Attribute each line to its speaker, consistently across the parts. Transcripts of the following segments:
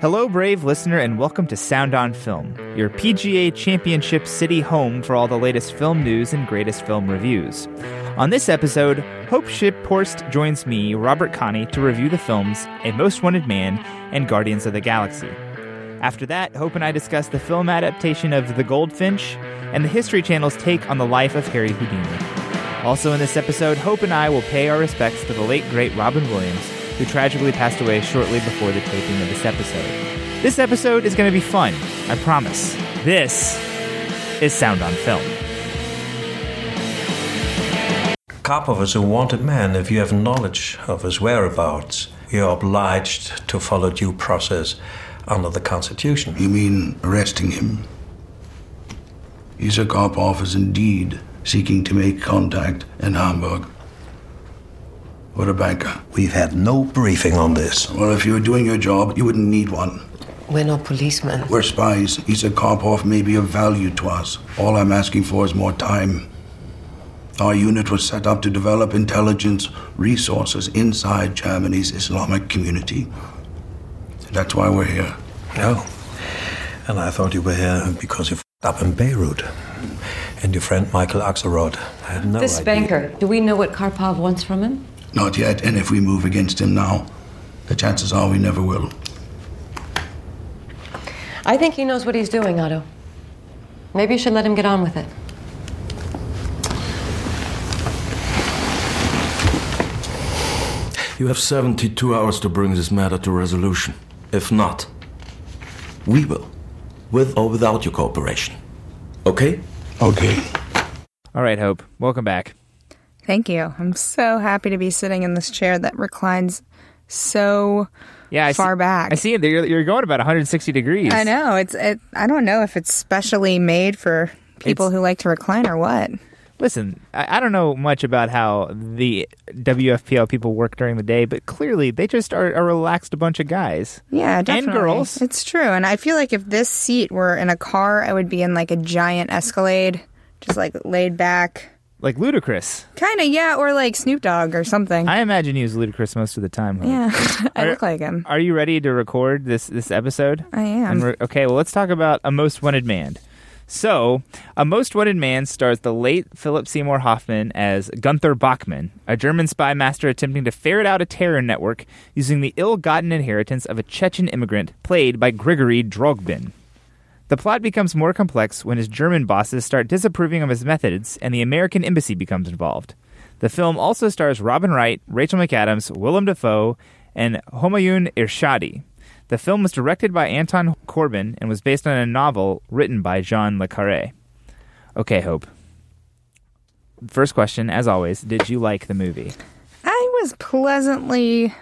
Speaker 1: Hello, brave listener, and welcome to Sound on Film, your PGA Championship city home for all the latest film news and greatest film reviews. On this episode, Hope Ship Porst joins me, Robert Connie, to review the films A Most Wanted Man and Guardians of the Galaxy. After that, Hope and I discuss the film adaptation of The Goldfinch and the History Channel's take on the life of Harry Houdini. Also, in this episode, Hope and I will pay our respects to the late, great Robin Williams, who tragically passed away shortly before the taping of this episode. This episode is going to be fun, I promise. This is Sound on Film.
Speaker 2: Cop of is a wanted man if you have knowledge of his whereabouts. You are obliged to follow due process under the Constitution.
Speaker 3: You mean arresting him? He's a cop officer indeed, seeking to make contact in Hamburg. What a banker.
Speaker 2: We've had no briefing on this.
Speaker 3: Well, if you were doing your job, you wouldn't need one.
Speaker 4: We're not policemen.
Speaker 3: We're spies. He's a cop off may be of value to us. All I'm asking for is more time. Our unit was set up to develop intelligence resources inside Germany's Islamic community. That's why we're here.
Speaker 2: No. And I thought you were here because you f***ed up in Beirut. And your friend Michael Axelrod. I had no
Speaker 4: this
Speaker 2: idea.
Speaker 4: banker, do we know what Karpov wants from him?
Speaker 3: Not yet, and if we move against him now, the chances are we never will.
Speaker 4: I think he knows what he's doing, Otto. Maybe you should let him get on with it.
Speaker 5: You have 72 hours to bring this matter to resolution. If not, we will, with or without your cooperation. Okay?
Speaker 3: Okay.
Speaker 1: All right, Hope, welcome back.
Speaker 6: Thank you. I'm so happy to be sitting in this chair that reclines so
Speaker 1: Yeah, I
Speaker 6: far
Speaker 1: see,
Speaker 6: back.
Speaker 1: I see it. You're, you're going about 160 degrees.
Speaker 6: I know it's. It, I don't know if it's specially made for people
Speaker 1: It's-
Speaker 6: who like to recline or what.
Speaker 1: Listen, I, I don't know much about how the WFPL people work during the day, but clearly they just are a relaxed bunch of guys.
Speaker 6: Yeah,
Speaker 1: And
Speaker 6: definitely.
Speaker 1: girls.
Speaker 6: It's true, and I feel like if this seat were in a car, I would be in like a giant Escalade, just like laid back,
Speaker 1: Like ludicrous.
Speaker 6: kind of. Yeah, or like Snoop Dogg or something.
Speaker 1: I imagine you was ludicrous most of the time. Hope.
Speaker 6: yeah, I
Speaker 1: Are-
Speaker 6: look like him.
Speaker 1: Are you ready to record this this episode?
Speaker 6: I am.
Speaker 1: And we're- okay, well, let's talk about a most wanted man. So, a most wanted man stars the late Philip Seymour Hoffman as Gunther Bachmann, a German spy master attempting to ferret out a terror network using the ill-gotten inheritance of a Chechen immigrant played by Grigory Drogbin. The plot becomes more complex when his German bosses start disapproving of his methods and the American embassy becomes involved. The film also stars Robin Wright, Rachel McAdams, Willem Dafoe, and Homayun Irshadi. The film was directed by Anton Corbin and was based on a novel written by Jean Le Carré. Okay, Hope. First question, as always, did you like the movie?
Speaker 6: I was pleasantly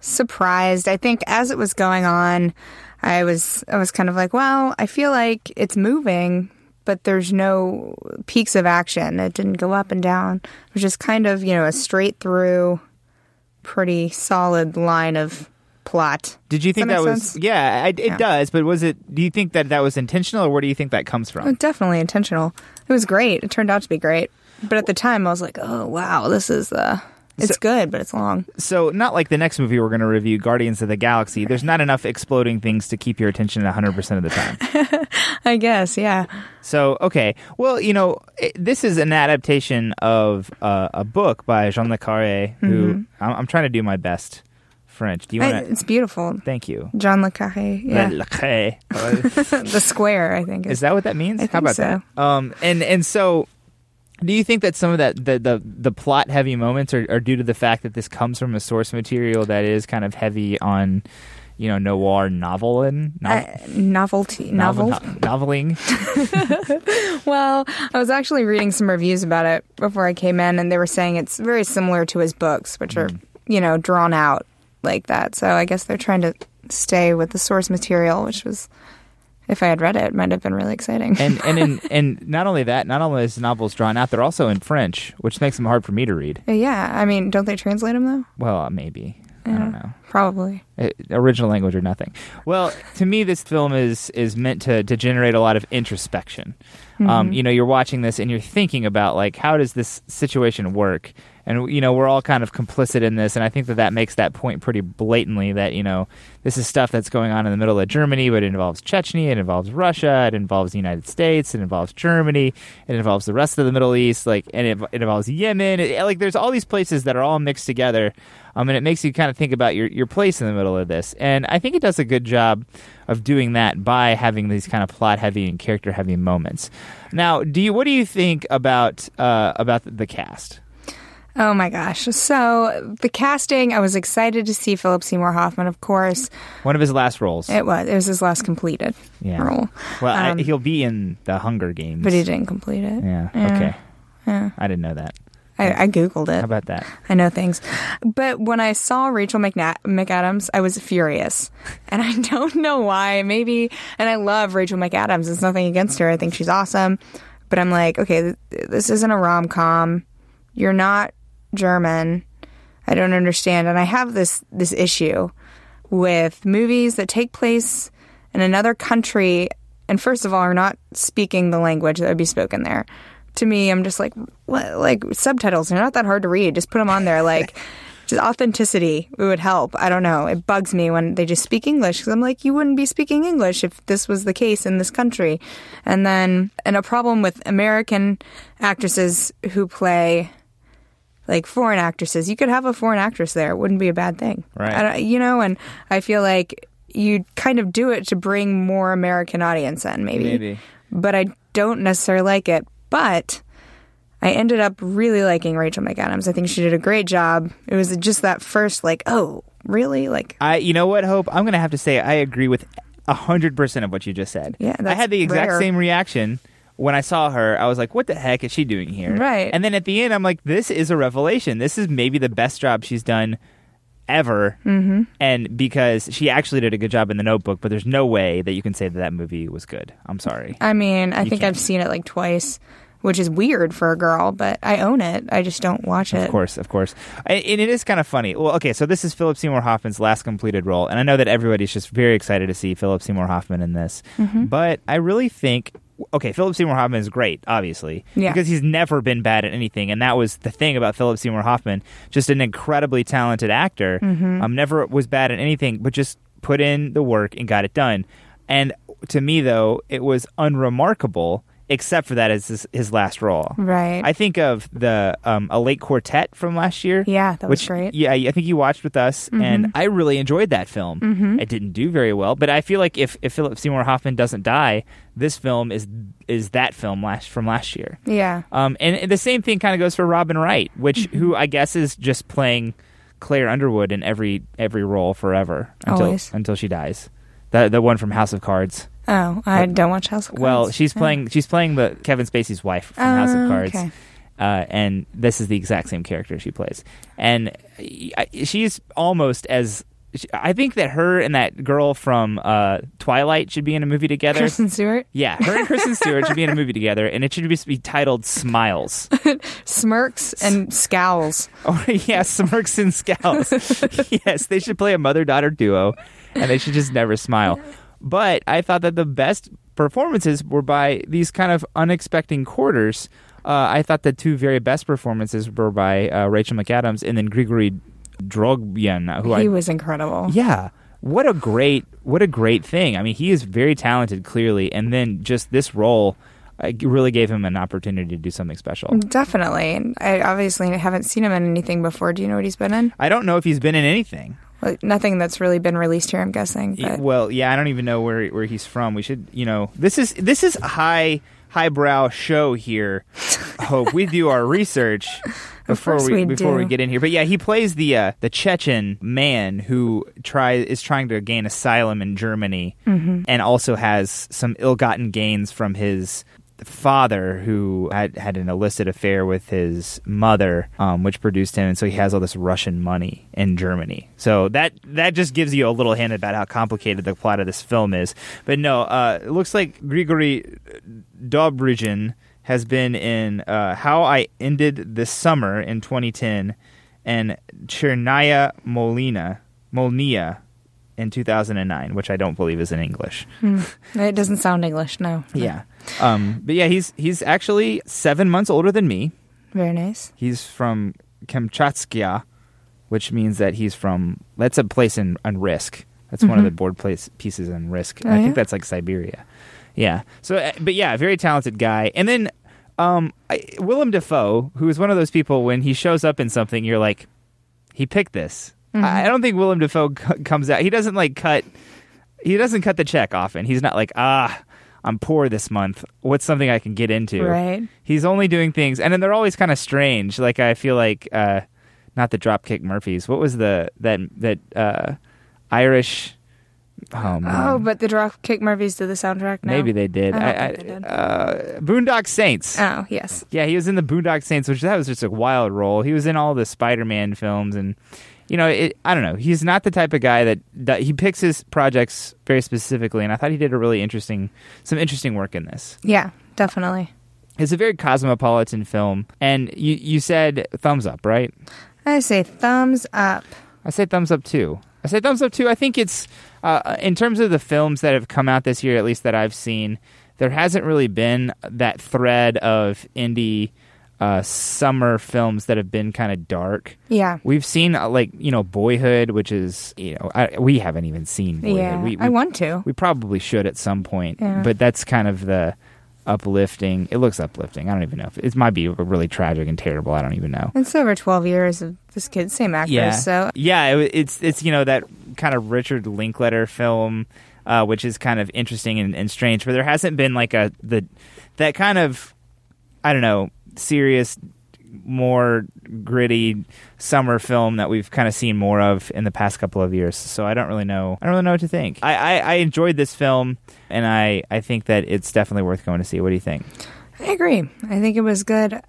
Speaker 6: surprised. I think as it was going on, I was I was kind of like, well, I feel like it's moving, but there's no peaks of action. It didn't go up and down. It was just kind of, you know, a straight through pretty solid line of plot.
Speaker 1: Did you think
Speaker 6: Does
Speaker 1: that,
Speaker 6: that make
Speaker 1: was
Speaker 6: sense?
Speaker 1: Yeah, I, it
Speaker 6: Yeah.
Speaker 1: does, but was it do you think that that was intentional or where do you think that comes from?
Speaker 6: Oh, Definitely intentional. It was great. It turned out to be great. But at the time I was like, oh wow, this is uh it's good, but it's long.
Speaker 1: so not like the next movie we're going to review guardians of the galaxy there's not enough exploding things to keep your attention 100% of the time
Speaker 6: I guess, yeah.
Speaker 1: so okay well you know it, this is an adaptation of uh, a book by jean le carre who I'm, I'm trying to do my best french do you
Speaker 6: Mm-hmm. I-
Speaker 1: want to
Speaker 6: it's beautiful.
Speaker 1: thank you
Speaker 6: John Le Carre. Yeah.
Speaker 1: Le Carré.
Speaker 6: the square, I think.
Speaker 1: is that what that means
Speaker 6: I
Speaker 1: how
Speaker 6: think
Speaker 1: about
Speaker 6: so.
Speaker 1: that um and and so do you think that some of that the the, the plot heavy moments are, are due to the fact that this comes from a source material that is kind of heavy on you know noir novel and novel,
Speaker 6: uh, novelty
Speaker 1: novel,
Speaker 6: novel?
Speaker 1: noveling.
Speaker 6: Well, I was actually reading some reviews about it before I came in, and they were saying it's very similar to his books, which
Speaker 1: Mm.
Speaker 6: are you know drawn out like that. So I guess they're trying to stay with the source material, which was, if I had read it, might have been really exciting.
Speaker 1: And and in, and not only that, not only is the novels drawn out, they're also in French, which makes them hard for me to read.
Speaker 6: But yeah, I mean, don't they translate them though?
Speaker 1: Well, maybe I don't know.
Speaker 6: Probably.
Speaker 1: Uh, original language or nothing. Well, to me, this film is is meant to to generate a lot of introspection. um, you know, you're watching this and you're thinking about like, how does this situation work? And you know, we're all kind of complicit in this, and I think that that makes that point pretty blatantly that you know, this is stuff that's going on in the middle of Germany, but it involves Chechnya, it involves Russia, it involves the United States, it involves Germany, it involves the rest of the Middle East, like, and it, it involves Yemen. It- like, there's all these places that are all mixed together. Um, and it makes you kind of think about your, your place in the middle of this. And I think it does a good job of doing that by having these kind of plot heavy and character heavy moments. Now, do you what do you think about uh, about the cast?
Speaker 6: Oh my gosh. So, the casting, I was excited to see Philip Seymour Hoffman, of course.
Speaker 1: One of his last roles.
Speaker 6: It was it was his last completed
Speaker 1: Yeah.
Speaker 6: role.
Speaker 1: well,
Speaker 6: um,
Speaker 1: I, he'll be in the Hunger Games.
Speaker 6: But he didn't complete it.
Speaker 1: Yeah. Okay. I didn't know that.
Speaker 6: I, I googled it.
Speaker 1: How about that?
Speaker 6: I know things. But when I saw Rachel McNa- McAdams, I was furious. And I don't know why. Maybe, and I love Rachel McAdams. It's nothing against her. I think she's awesome. But I'm like, okay, th- this isn't a rom com. You're not German. I don't understand. And I have this, this issue with movies that take place in another country and first of all are not speaking the language that would be spoken there to me i'm just like what like subtitles are not that hard to read just put them on there like just authenticity it would help i don't know it bugs me when they just speak english because i'm like you wouldn't be speaking english if this was the case in this country and then and a problem with american actresses who play like foreign actresses. You could have a foreign actress there; it wouldn't be a bad thing,
Speaker 1: Right.
Speaker 6: I don't- you know, and I feel like you kind of do it to bring more American audience in, maybe.
Speaker 1: Maybe.
Speaker 6: But I don't necessarily like it. But I ended up really liking Rachel McAdams. I think she did a great job. It was just that first, like, oh, really? Like,
Speaker 1: I, you know what, Hope? I'm going to have to say I agree with hundred percent of what you just said.
Speaker 6: Yeah,
Speaker 1: I
Speaker 6: that's
Speaker 1: had the exact
Speaker 6: rare.
Speaker 1: same reaction when I saw her. I was like, "What the heck is she doing here?"
Speaker 6: Right.
Speaker 1: And then at the end, I'm like, "This is a revelation. This is maybe the best job she's done." Ever mm-hmm. and because she actually did a good job in the Notebook, but there's no way that you can say that that movie was good. I'm sorry.
Speaker 6: I mean, I think I've seen it like twice, which is weird for a girl, but I own it. I just don't watch it.
Speaker 1: Of course, of course. I- And it is kind of funny. Well, okay, so this is Philip Seymour Hoffman's last completed role, and I know that everybody's just very excited to see Philip Seymour Hoffman in this. But I really think okay, Philip Seymour Hoffman is great, obviously,
Speaker 6: Yeah.
Speaker 1: because he's never been bad at anything, and that was the thing about Philip Seymour Hoffman, just an incredibly talented actor. Um, never was bad at anything, but just put in the work and got it done. And to me, though, it was unremarkable. Except for that, as his, his last role,
Speaker 6: Right.
Speaker 1: I think of the um, a late quartet from last year.
Speaker 6: Yeah, that was
Speaker 1: which,
Speaker 6: great. Mm-hmm.
Speaker 1: Yeah, I think you watched with us, and I really enjoyed that film. It didn't do very well, but I feel like if, if Philip Seymour Hoffman doesn't die, this film is is that film last from last year.
Speaker 6: Yeah.
Speaker 1: Um, and, and the same thing kind of goes for Robin Wright, which
Speaker 6: Mm-hmm.
Speaker 1: who I guess is just playing Claire Underwood in every every role forever until
Speaker 6: Always.
Speaker 1: until she dies. The the one from House of Cards.
Speaker 6: Oh, I don't watch House of Cards.
Speaker 1: Well, she's
Speaker 6: Yeah.
Speaker 1: playing she's playing the Kevin Spacey's wife from House of
Speaker 6: Oh,
Speaker 1: Cards.
Speaker 6: okay.
Speaker 1: Uh, and this is the exact same character she plays. And I- she's almost as she- I think that her and that girl from uh, Twilight should be in a movie together.
Speaker 6: Kristen Stewart.
Speaker 1: yeah, her and Kristen Stewart should be in a movie together, and it should just be titled "Smiles."
Speaker 6: smirks and scowls.
Speaker 1: Oh yeah, smirks and scowls. yes, they should play a mother-daughter duo, and they should just never smile. But I thought that the best performances were by these kind of unexpected quarters. Uh, I thought the two very best performances were by uh, Rachel McAdams and then Grigory Drogbian, who
Speaker 6: he
Speaker 1: I
Speaker 6: was incredible.
Speaker 1: yeah. What a great what a great thing. I mean, he is very talented clearly and then just this role uh, really gave him an opportunity to do something
Speaker 6: Mm.
Speaker 1: special.
Speaker 6: Definitely. And I obviously haven't seen him in anything before. Do you know what he's been in?
Speaker 1: I don't know if he's been in anything.
Speaker 6: Like, nothing that's really been released here, I'm guessing.
Speaker 1: Y-
Speaker 6: But
Speaker 1: Well, yeah, I don't even know where where he's from. We should, you know, this is this is a high highbrow show here. Hope we do our research before
Speaker 6: course
Speaker 1: we,
Speaker 6: we
Speaker 1: before we
Speaker 6: do.
Speaker 1: get in here. But yeah, he plays the uh, the Chechen man who try is trying to gain asylum in Germany,
Speaker 6: Mm-hmm.
Speaker 1: and also has some ill-gotten gains from his father who had had an illicit affair with his mother um, which produced him and so he has all this russian money in germany so that that just gives you a little hint about how complicated the plot of this film is but no uh, it looks like grigory Dobrygen has been in uh, How I Ended This Summer in 2010 and Chernaya Molina, Molnia in 2009, which I don't believe is in English.
Speaker 6: It doesn't sound English, no.
Speaker 1: Yeah. Um, but yeah, he's he's actually seven months older than me.
Speaker 6: Very nice.
Speaker 1: He's from Kamchatskia, which means that he's from that's a place in on Risk. That's one of the board place pieces in Risk. And I
Speaker 6: Mm-hmm. Oh,
Speaker 1: think
Speaker 6: yeah?
Speaker 1: that's like Siberia. Yeah. So, uh, but yeah, very talented guy. And then um, I, Willem Dafoe, who is one of those people when he shows up in something, you're like, he picked this.
Speaker 6: Mm-hmm.
Speaker 1: I, I don't think Willem Dafoe c- comes out. He doesn't like cut. He doesn't cut the check often. He's not like ah. I'm poor this month. What's something I can get into?
Speaker 6: Right.
Speaker 1: He's only doing things, and then they're always kind of strange. Like I feel like, uh, not the Dropkick Murphys. What was the that that uh, Irish? Oh man,
Speaker 6: Oh, but the Dropkick Murphys did the soundtrack now.
Speaker 1: maybe they did.
Speaker 6: I,
Speaker 1: I, uh,
Speaker 6: don't think they did.
Speaker 1: I, Boondock Saints.
Speaker 6: oh, yes.
Speaker 1: Yeah, he was in the Boondock Saints, which that was just a wild role. He was in all the Spider-Man films, and you know, it, I don't know. He's not the type of guy that, that he picks his projects very specifically, and I thought he did a really interesting, some interesting work in this.
Speaker 6: Yeah, definitely.
Speaker 1: It's a very cosmopolitan film, and you you said thumbs up, right?
Speaker 6: I say thumbs up.
Speaker 1: I say thumbs up too. I say thumbs up too. I think it's uh, in terms of the films that have come out this year, at least that I've seen, there hasn't really been that thread of indie uh, summer films that have been kind of dark.
Speaker 6: Yeah.
Speaker 1: We've seen uh, like you know Boyhood, which is you know I, we haven't even seen. Boyhood.
Speaker 6: Yeah,
Speaker 1: we, we,
Speaker 6: I want to.
Speaker 1: We probably should at some point,
Speaker 6: Yeah.
Speaker 1: but that's kind of the uplifting. It looks uplifting. I don't even know if it might be really tragic and terrible. I don't even know.
Speaker 6: It's over 12 years of this kid, same actor,
Speaker 1: Yeah.
Speaker 6: so
Speaker 1: yeah, it, wa- it's it's you know that kind of Richard Linkletter film, uh, which is kind of interesting and, and strange. But there hasn't been like a the that kind of I don't know serious, more gritty summer film that we've kind of seen more of in the past couple of years. So I don't really know. I don't really know what to think. I I, I enjoyed this film, and I I think that it's definitely worth going to see. What do you think?
Speaker 6: I agree. I think it was good. It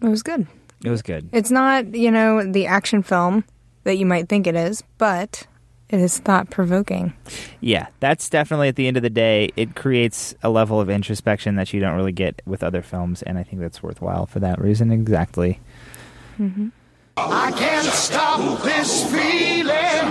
Speaker 6: was good.
Speaker 1: It was good.
Speaker 6: It's not, you know, the action film that you might think it is, but it is thought provoking.
Speaker 1: Yeah, that's definitely at the end of the day, it creates a level of introspection that you don't really get with other films, and I think that's worthwhile for that reason exactly.
Speaker 7: I can't stop this feeling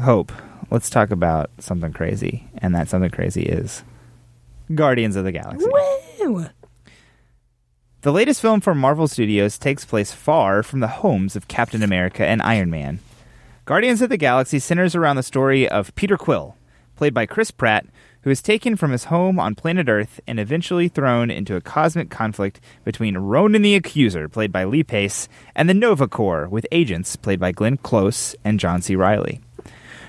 Speaker 1: Hope, let's talk about something crazy, and that something crazy is Guardians of the Galaxy.
Speaker 6: Woo!
Speaker 1: The latest film from Marvel Studios takes place far from the homes of Captain America and Iron Man. Guardians of the Galaxy centers around the story of Peter Quill, played by Chris Pratt, who is taken from his home on planet Earth and eventually thrown into a cosmic conflict between Ronan the Accuser, played by Lee Pace, and the Nova Corps, with agents played by Glenn Close and John C. Riley.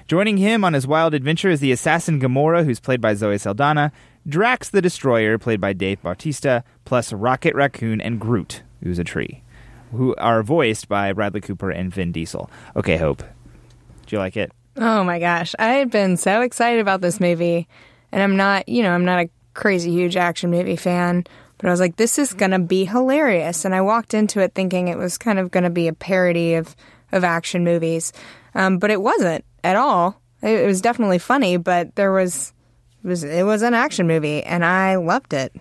Speaker 1: Joining him on his wild adventure is the assassin Gamora, who's played by Zoe Saldana, Drax the Destroyer, played by Dave Bautista, plus Rocket Raccoon and Groot, who's a tree, who are voiced by Bradley Cooper and Vin Diesel. Okay, Hope. Do you like it?
Speaker 6: Oh my gosh. I had been so excited about this movie, and I'm not, you know, I'm not a crazy huge action movie fan, but I was like, this is going to be hilarious. And I walked into it thinking it was kind of going to be a parody of, of action movies, um, but it wasn't at all. It, it was definitely funny, but there was. It was, it was an action movie, and I loved it.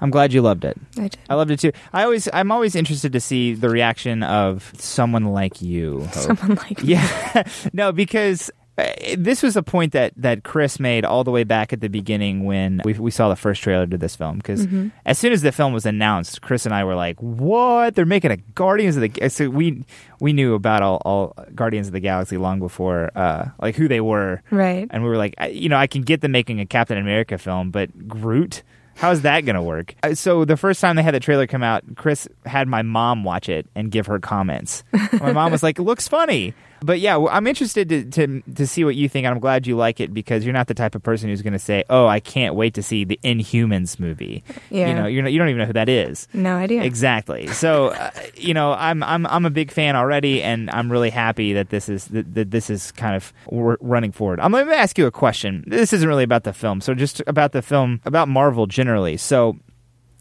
Speaker 1: I'm glad you loved it.
Speaker 6: I did.
Speaker 1: I loved it too. I always, I'm always interested to see the reaction of someone like you. Hope.
Speaker 6: Someone like
Speaker 1: Yeah, no, because uh, this was a point that that Chris made all the way back at the beginning when we we saw the first trailer to this film. Because as soon as the film was announced, Chris and I were like, "What? They're making a Guardians of the Ga-" so we we knew about all, all Guardians of the Galaxy long before uh, like who they were,
Speaker 6: Right.
Speaker 1: And we were like, I, you know, I can get them making a Captain America film, but Groot. How's that going to work? Uh, So the first time they had the trailer come out, Chris had my mom watch it and give her comments. My mom was like, "Looks funny." But yeah, well, I'm interested to, to to see what you think, and I'm glad you like it because you're not the type of person who's going to say, "Oh, I can't wait to see the Inhumans movie."
Speaker 6: Yeah.
Speaker 1: you know, you're not, you don't even know who that is.
Speaker 6: No idea.
Speaker 1: Exactly. So, uh, you know, I'm I'm I'm a big fan already, and I'm really happy that this is that, that this is kind of r- running forward. I'm going to ask you a question. This isn't really about the film, so just about the film about Marvel generally. So,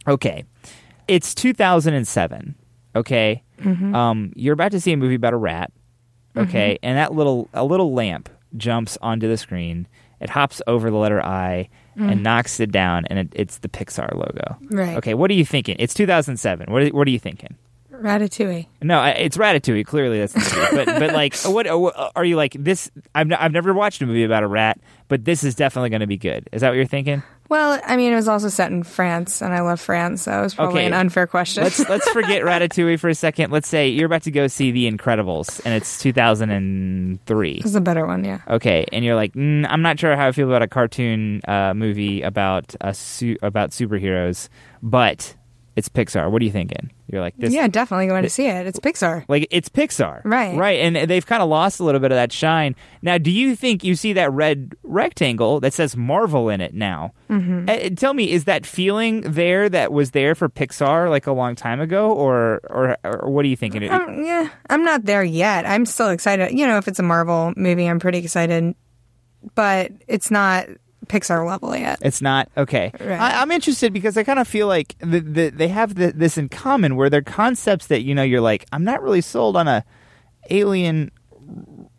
Speaker 1: okay, it's 2007. Okay, um, you're about to see a movie about a rat. Okay, and that little a little lamp jumps onto the screen. It hops over the letter I and knocks it down, and it, it's the Pixar logo.
Speaker 6: Right.
Speaker 1: Okay. What are you thinking? It's 2007. What are, what are you thinking?
Speaker 6: Ratatouille.
Speaker 1: No, I- it's Ratatouille. Clearly, that's the movie. but but like, what are you like? This I've n- I've never watched a movie about a rat, but this is definitely going to be good. Is that what you're thinking?
Speaker 6: Well, I mean, it was also set in France, and I love France, so it was probably
Speaker 1: Okay.
Speaker 6: an unfair question.
Speaker 1: Let's let's forget Ratatouille for a second. Let's say you're about to go see The Incredibles, and it's 2003.
Speaker 6: This is a better one, yeah.
Speaker 1: Okay, and you're like, mm, I'm not sure how I feel about a cartoon uh, movie about a su- about superheroes, but it's Pixar. What are you thinking? You're like, this,
Speaker 6: yeah, definitely going to see it. It's Pixar.
Speaker 1: Like it's Pixar,
Speaker 6: Right.
Speaker 1: Right, and they've kind of lost a little bit of that shine. Now, do you think you see that red rectangle that says Marvel in it now? Mm-hmm. tell me, is that feeling there that was there for Pixar like a long time ago, or or, or what are you thinking?
Speaker 6: Um, yeah, I'm not there yet. I'm still excited. You know, if it's a Marvel movie, I'm pretty excited, but it's not Pixar level yet.
Speaker 1: It's not okay.
Speaker 6: Right.
Speaker 1: I, I'm interested because I kind of feel like the, the, they have the, this in common, where they're concepts that you know you're like, I'm not really sold on a alien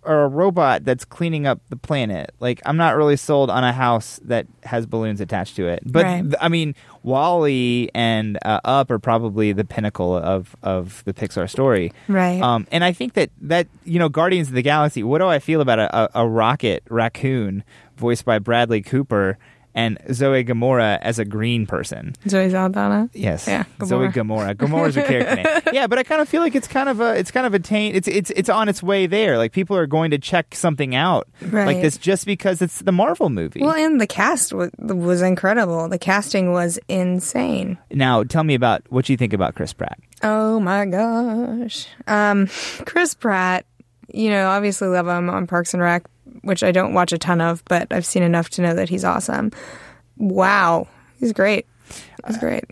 Speaker 1: or a robot that's cleaning up the planet. Like, I'm not really sold on a house that has balloons attached to it. But
Speaker 6: Right.
Speaker 1: th- I mean, Wally and uh, Up are probably the pinnacle of of the Pixar story.
Speaker 6: Right.
Speaker 1: Um, and I think that that you know, Guardians of the Galaxy. What do I feel about a, a, a rocket raccoon voiced by Bradley Cooper and Zoe Gamora as a green person?
Speaker 6: Zoe Saldana.
Speaker 1: Yes.
Speaker 6: Yeah.
Speaker 1: Zoe Gamora.
Speaker 6: Gamora.
Speaker 1: Gamora's a character name. Yeah, but I kind of feel like it's kind of a it's kind of a taint. It's it's it's on its way there. Like people are going to check something out like
Speaker 6: Right.
Speaker 1: this just because it's the Marvel movie.
Speaker 6: Well, and the cast was, was incredible. The casting was insane.
Speaker 1: now, tell me about what you think about Chris Pratt.
Speaker 6: Oh my gosh. Um, Chris Pratt, you know, obviously love him on Parks and Rec, which I don't watch a ton of, but I've seen enough to know that he's awesome. Wow. He's great. He's great.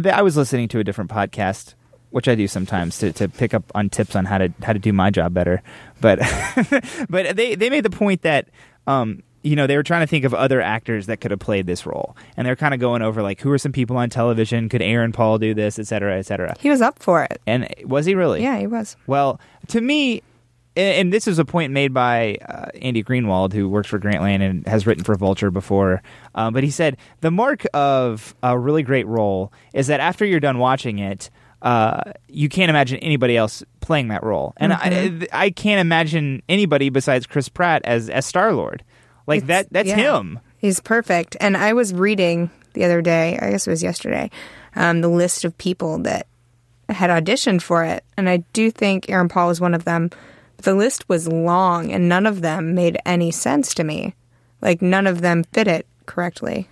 Speaker 1: Th- I was listening to a different podcast, which I do sometimes to, to pick up on tips on how to how to do my job better. But but they they made the point that um you know they were trying to think of other actors that could have played this role, and they're kind of going over like who are some people on television? Could Aaron Paul do this, et cetera, et cetera?
Speaker 6: He was up for it.
Speaker 1: And was he really?
Speaker 6: Yeah, he was.
Speaker 1: Well, to me, and and this is a point made by uh, Andy Greenwald, who works for Grantland and has written for Vulture before. Um, but he said the mark of a really great role is that after you're done watching it, uh, you can't imagine anybody else playing that role, and
Speaker 6: Mm-hmm.
Speaker 1: I, I can't imagine anybody besides Chris Pratt as as Star Lord. Like
Speaker 6: It's-
Speaker 1: that, that's
Speaker 6: yeah.
Speaker 1: him.
Speaker 6: He's perfect. And I was reading the other day, I guess it was yesterday, um, the list of people that had auditioned for it. And I do think Aaron Paul was one of them. But the list was long and none of them made any sense to me. Like, none of them fit it correctly.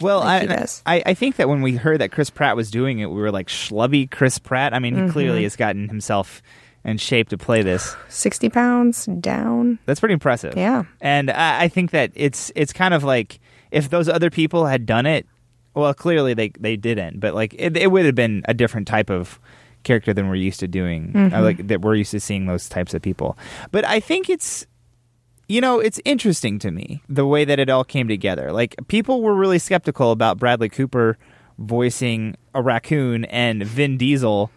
Speaker 1: Well,
Speaker 6: Like he
Speaker 1: I,
Speaker 6: does.
Speaker 1: I I think that when we heard that Chris Pratt was doing it, we were like schlubby Chris Pratt. I mean, he
Speaker 6: Mm-hmm.
Speaker 1: clearly has gotten himself in shape to play this.
Speaker 6: 60 pounds down.
Speaker 1: That's pretty impressive.
Speaker 6: Yeah.
Speaker 1: and I, I think that it's it's kind of like if those other people had done it, well, clearly they they didn't, but like it, it would have been a different type of character than we're used to doing, uh, like that we're used to seeing those types of people. But I think it's you know, it's interesting to me the way that it all came together. Like people were really skeptical about Bradley Cooper voicing a raccoon and Vin Diesel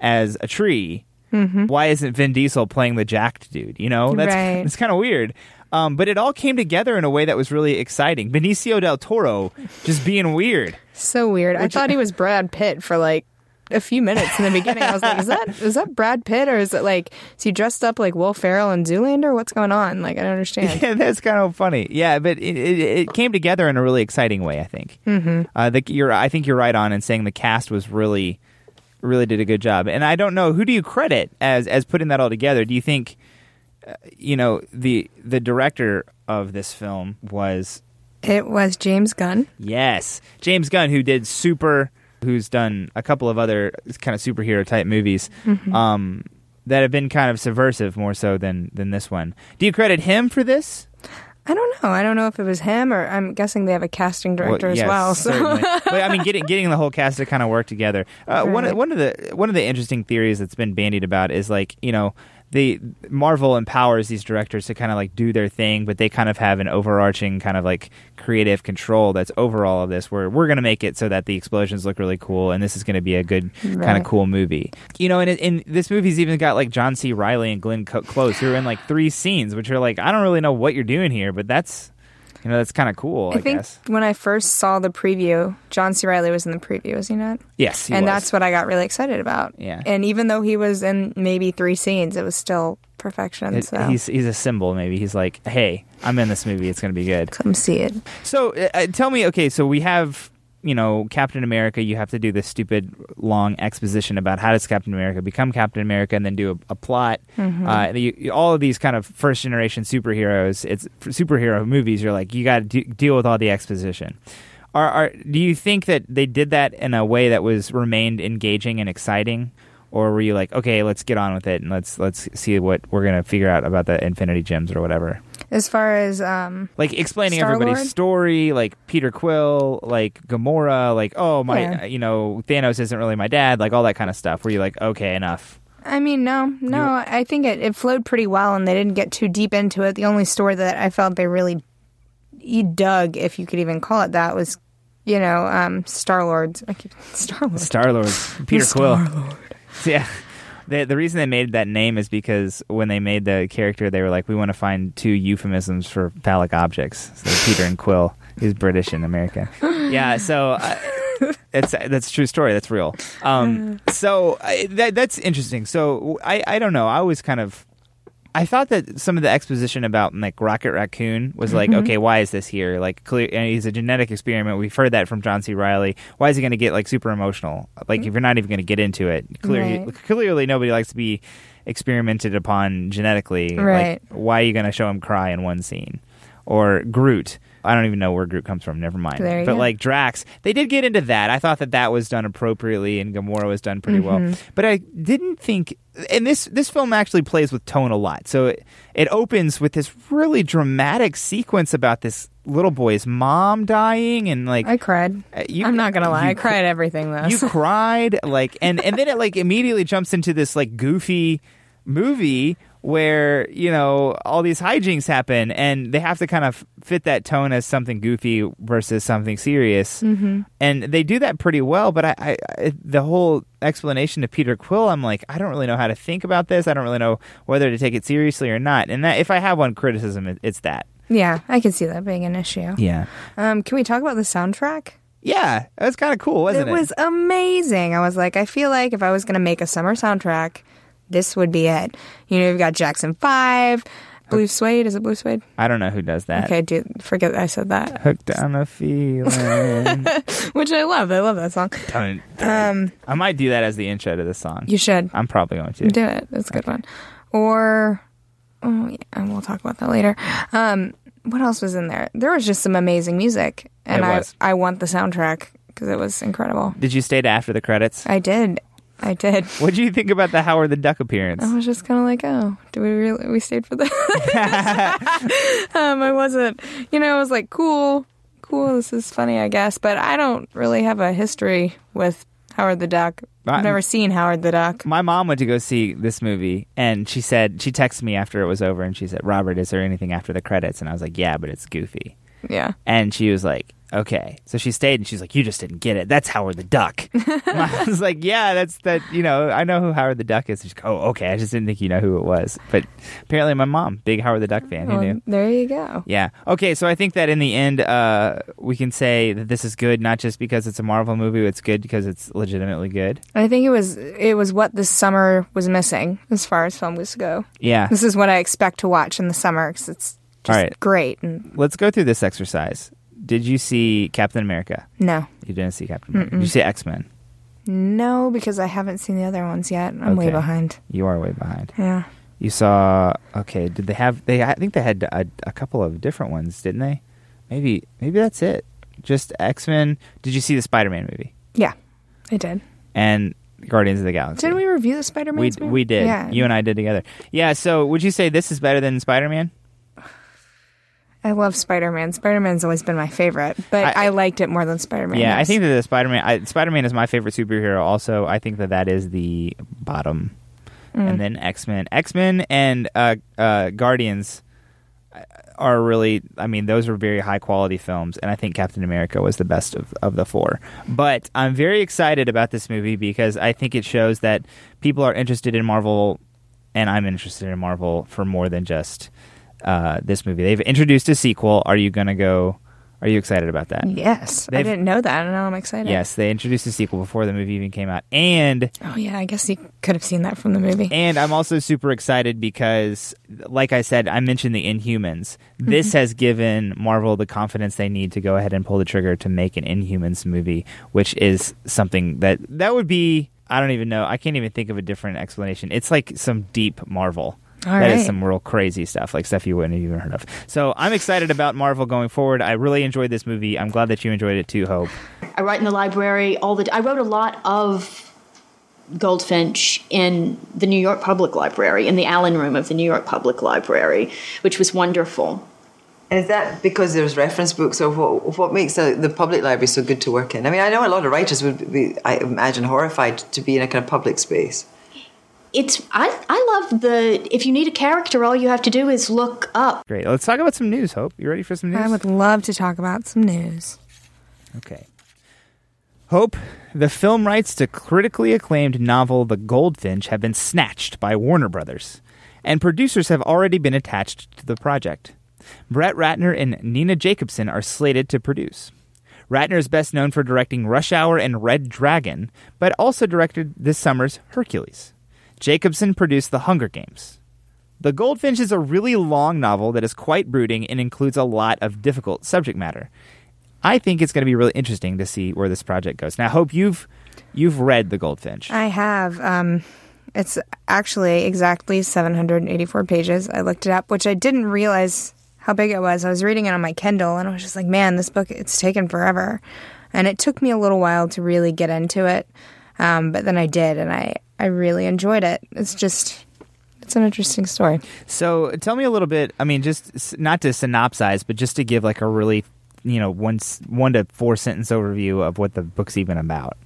Speaker 1: as a tree. Why isn't Vin Diesel playing the jacked dude? You know, that's
Speaker 6: Right.
Speaker 1: it's kind of weird. Um, but it all came together in a way that was really exciting. Benicio del Toro just being weird.
Speaker 6: So weird. I thought he was Brad Pitt for like a few minutes in the beginning. I was like, is that is that Brad Pitt or is it like is he dressed up like Will Ferrell and Zoolander? What's going on? Like I don't understand.
Speaker 1: Yeah, that's kind of funny. Yeah, but it, it, it came together in a really exciting way. I think. Mm-hmm. Uh, the, you're, I think you're right on in saying the cast was really, really did a good job. And I don't know who do you credit as as putting that all together. Do you think, uh, you know, the the director of this film was
Speaker 6: It was James Gunn.
Speaker 1: yes James Gunn, who did Super, who's done a couple of other kind of superhero type movies. Um, that have been kind of subversive more so than than this one. Do you credit him for this?
Speaker 6: I don't know. I don't know if it was him or I'm guessing they have a casting director
Speaker 1: yes,
Speaker 6: as well. So
Speaker 1: certainly. but I mean, getting getting the whole cast to kind of work together. Uh, One of-
Speaker 6: Right.
Speaker 1: one of the one of the interesting theories that's been bandied about is like you know. The Marvel empowers these directors to kind of like do their thing, but they kind of have an overarching kind of like creative control that's over all of this. Where we're going to make it so that the explosions look really cool, and this is going to be a good kind of
Speaker 6: Right.
Speaker 1: cool movie. You know, and, it- and this movie's even got like John C. Riley and Glenn Co- Close, who are in like three scenes, which are like I don't really know what you're doing here, but that's you know that's kind of cool. I,
Speaker 6: I think
Speaker 1: guess.
Speaker 6: when I first saw the preview, John C. Riley was in the preview, was he not?
Speaker 1: Yes, he
Speaker 6: and
Speaker 1: was.
Speaker 6: that's what I got really excited about.
Speaker 1: Yeah.
Speaker 6: And even though he was in maybe three scenes, it was still perfection.
Speaker 1: It-
Speaker 6: so
Speaker 1: he's he's a symbol. Maybe he's like, hey, I'm in this movie. It's gonna be good.
Speaker 6: come see it.
Speaker 1: So uh, uh, tell me, okay, so we have you know Captain America. You have to do this stupid long exposition about how does Captain America become Captain America, and then do a, a plot. Uh, and you- you- all of these kind of first generation superheroes, it's for superhero movies. You're like, you got to de- deal with all the exposition. Are, are do you think that they did that in a way that was remained engaging and exciting? Or were you like, okay, let's get on with it and let's let's see what we're gonna figure out about the Infinity Gems or whatever?
Speaker 6: As far as um,
Speaker 1: like explaining
Speaker 6: Star-Lord?
Speaker 1: everybody's story, like Peter Quill, like Gamora, like oh my,
Speaker 6: Yeah.
Speaker 1: you know Thanos isn't really my dad, like all that kind of stuff. Where you like, okay, enough.
Speaker 6: I mean, no, no, I think it, it flowed pretty well, and they didn't get too deep into it. The only story that I felt they really e- dug, if you could even call it that, was you know um, Star Lord's. I keep Star Lord.
Speaker 1: Star Lord, Peter Quill. Yeah. The, the reason they made that name is because when they made the character, they were like, we want to find two euphemisms for phallic objects. So Peter and Quill, who's British and American. Yeah, so uh, it's that's a true story. That's real. Um, so I, that that's interesting. So I I don't know. I was kind of I thought that some of the exposition about like Rocket Raccoon was like,
Speaker 6: Mm-hmm.
Speaker 1: okay, why is this here? Like, clear, and he's a genetic experiment. We've heard that from John C. Riley. Why is he going to get like super emotional? Like, if you're not even going to get into it, clearly,
Speaker 6: Mm-hmm. Right.
Speaker 1: clearly nobody likes to be experimented upon genetically.
Speaker 6: Right.
Speaker 1: Like, why are you going to show him cry in one scene? Or Groot. I don't even know where Groot comes from. Never mind.
Speaker 6: There you
Speaker 1: but
Speaker 6: go.
Speaker 1: like Drax, they did get into that. I thought that that was done appropriately, and Gamora was done pretty well. But I didn't think, and this this film actually plays with tone a lot. So it, it opens with this really dramatic sequence about this little boy's mom dying, and like
Speaker 6: I cried.
Speaker 1: Uh, you-
Speaker 6: I'm not gonna lie,
Speaker 1: you
Speaker 6: I cried everything though.
Speaker 1: you cried like and and then it like immediately jumps into this like goofy movie where you know all these hijinks happen and they have to kind of fit that tone as something goofy versus something serious mm-hmm. and they do that pretty well but I, I, I the whole explanation to peter quill i'm like i don't really know how to think about this i don't really know whether to take it seriously or not and that if i have one criticism it, it's that
Speaker 6: yeah, I can see that being an issue.
Speaker 1: yeah
Speaker 6: Um, can we talk about the soundtrack?
Speaker 1: yeah that was kind of cool wasn't it,
Speaker 6: it was amazing. I was like, I feel like if I was going to make a summer soundtrack, this would be it. You know, you've got Jackson 5, Blue Suede. Is it Blue Suede?
Speaker 1: i don't know who does that
Speaker 6: Okay, dude, forget I said that,
Speaker 1: hooked on a feeling
Speaker 6: which I love. I love that song.
Speaker 1: Um, I might do that as the intro to this song.
Speaker 6: You should
Speaker 1: I'm probably going to.
Speaker 6: do it. That's a good one. Or, oh, yeah, and we'll talk about that later. Um, what else was in there? There was just some amazing music, and
Speaker 1: It
Speaker 6: I,
Speaker 1: was.
Speaker 6: I want the soundtrack because it was incredible.
Speaker 1: Did you stay to after the credits?
Speaker 6: I did. I did.
Speaker 1: What do you think about the Howard the Duck appearance?
Speaker 6: I was just kind of like, oh, do we really? We stayed for that. um, I wasn't, you know, I was like, cool, cool. This is funny, I guess, but I don't really have a history with Howard the Duck.
Speaker 1: I-
Speaker 6: I've never seen Howard the Duck.
Speaker 1: My mom went to go see this movie, and she said she texted me after it was over, and she said, "Robert, is there anything after the credits?" And I was like, "Yeah, but it's goofy."
Speaker 6: Yeah,
Speaker 1: And she was like, "Okay." So she stayed, and she's like, "You just didn't get it. That's Howard the Duck." And I was like, "Yeah, that's that. You know, I know who Howard the Duck is." She's like, "Oh, okay. I just didn't think you know who it was." But apparently, my mom, big Howard the Duck fan, who
Speaker 6: Well,
Speaker 1: knew?
Speaker 6: there you go.
Speaker 1: Yeah. Okay. So I think that in the end, uh, we can say that this is good, not just because it's a Marvel movie. It's good because it's legitimately good.
Speaker 6: I think it was it was what this summer was missing as far as films go.
Speaker 1: Yeah.
Speaker 6: This is what I expect to watch in the summer because it's
Speaker 1: All
Speaker 6: just
Speaker 1: right.
Speaker 6: great. And
Speaker 1: Let's go through this exercise. Did you see Captain America?
Speaker 6: no,
Speaker 1: You didn't see Captain America. Did you see X Men?
Speaker 6: no, because I haven't seen the other ones yet. I'm way
Speaker 1: Okay.
Speaker 6: behind.
Speaker 1: You are way behind.
Speaker 6: Yeah.
Speaker 1: You saw. Okay. Did they have? They. I think they had a, a couple of different ones, didn't they? Maybe. Maybe that's it. Just X Men. Did you see the Spider Man movie?
Speaker 6: Yeah, I did.
Speaker 1: And Guardians of the Galaxy.
Speaker 6: Didn't we review the Spider Man?
Speaker 1: We we did.
Speaker 6: Yeah.
Speaker 1: You and I did together. Yeah. So would you say this is better than Spider Man?
Speaker 6: I love Spider Man. Spider Man's always been my favorite, but
Speaker 1: I-
Speaker 6: I, liked it more than Spider Man.
Speaker 1: Yeah, I think that the Spider Man Spider Man is my favorite superhero. Also, I think that that is the bottom, and then X Men, X Men, and uh, uh, Guardians uh, are really. I mean, those were very high quality films, and I think Captain America was the best of of the four. But I'm very excited about this movie because I think it shows that people are interested in Marvel, and I'm interested in Marvel for more than just uh, this movie. They've introduced a sequel. Are you gonna go? Are you excited about that?
Speaker 6: Yes, I
Speaker 1: They've-
Speaker 6: didn't know that, and now I'm excited.
Speaker 1: Yes, they introduced a sequel before the movie even came out, and
Speaker 6: Oh yeah, I guess you could have seen that from the movie.
Speaker 1: and I'm also super excited because, like I said, I mentioned the Inhumans.
Speaker 6: Mm-hmm.
Speaker 1: This has given Marvel the confidence they need to go ahead and pull the trigger to make an Inhumans movie, which is something that that would be. I don't even know. I can't even think of a different explanation. It's like some deep Marvel. That
Speaker 6: All
Speaker 1: is
Speaker 6: right.
Speaker 1: some real crazy stuff, like stuff you wouldn't have even heard of. So I'm excited about Marvel going forward. I really enjoyed this movie. I'm glad that you enjoyed it too, Hope.
Speaker 8: I write in the library all the. I wrote a lot of Goldfinch in the New York Public Library in the Allen Room of the New York Public Library, which was wonderful.
Speaker 9: And is that because there's reference books, or what, what makes the the public library so good to work in? I mean, I know a lot of writers would be, I imagine, horrified to be in a kind of public space.
Speaker 8: It's I I love the. If you need a character, all you have to do is look up.
Speaker 1: Great. Let's talk about some news, Hope. You ready for some news?
Speaker 6: I would love to talk about some news.
Speaker 1: Okay. Hope, the film rights to critically acclaimed novel The Goldfinch have been snatched by Warner Brothers, and producers have already been attached to the project. Brett Ratner and Nina Jacobson are slated to produce. Ratner is best known for directing Rush Hour and Red Dragon, but also directed this summer's Hercules. Jacobson produced The Hunger Games. The Goldfinch is a really long novel that is quite brooding and includes a lot of difficult subject matter. I think it's going to be really interesting to see where this project goes. Now, hope you've you've read The Goldfinch.
Speaker 6: I have. Um, it's actually exactly 784 pages. I looked it up, which I didn't realize how big it was. I was reading it on my Kindle, and I was just like, "Man, this book it's taken forever," and it took me a little while to really get into it. Um, but then I did, and I I really enjoyed it. It's just. It's an interesting story.
Speaker 1: So, tell me a little bit. I mean, just s- not to synopsize, but just to give like a really, you know, one s- one to four sentence overview of what the book's even about.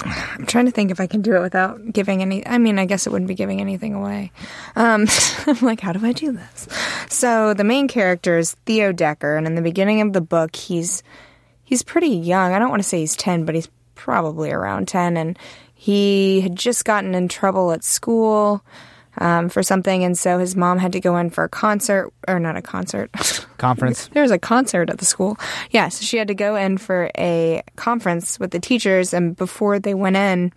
Speaker 6: I'm trying to think if I can do it without giving any. I mean, I guess it wouldn't be giving anything away. Um, I'm like, how do I do this? So the main character is Theo Decker, and in the beginning of the book, he's he's pretty young. I don't want to say he's ten, but he's probably around ten, and he had just gotten in trouble at school um, for something, and so his mom had to go in for a concert or not a concert.
Speaker 1: Conference.
Speaker 6: There was a concert at the school. Yeah, so she had to go in for a conference with the teachers, and before they went in,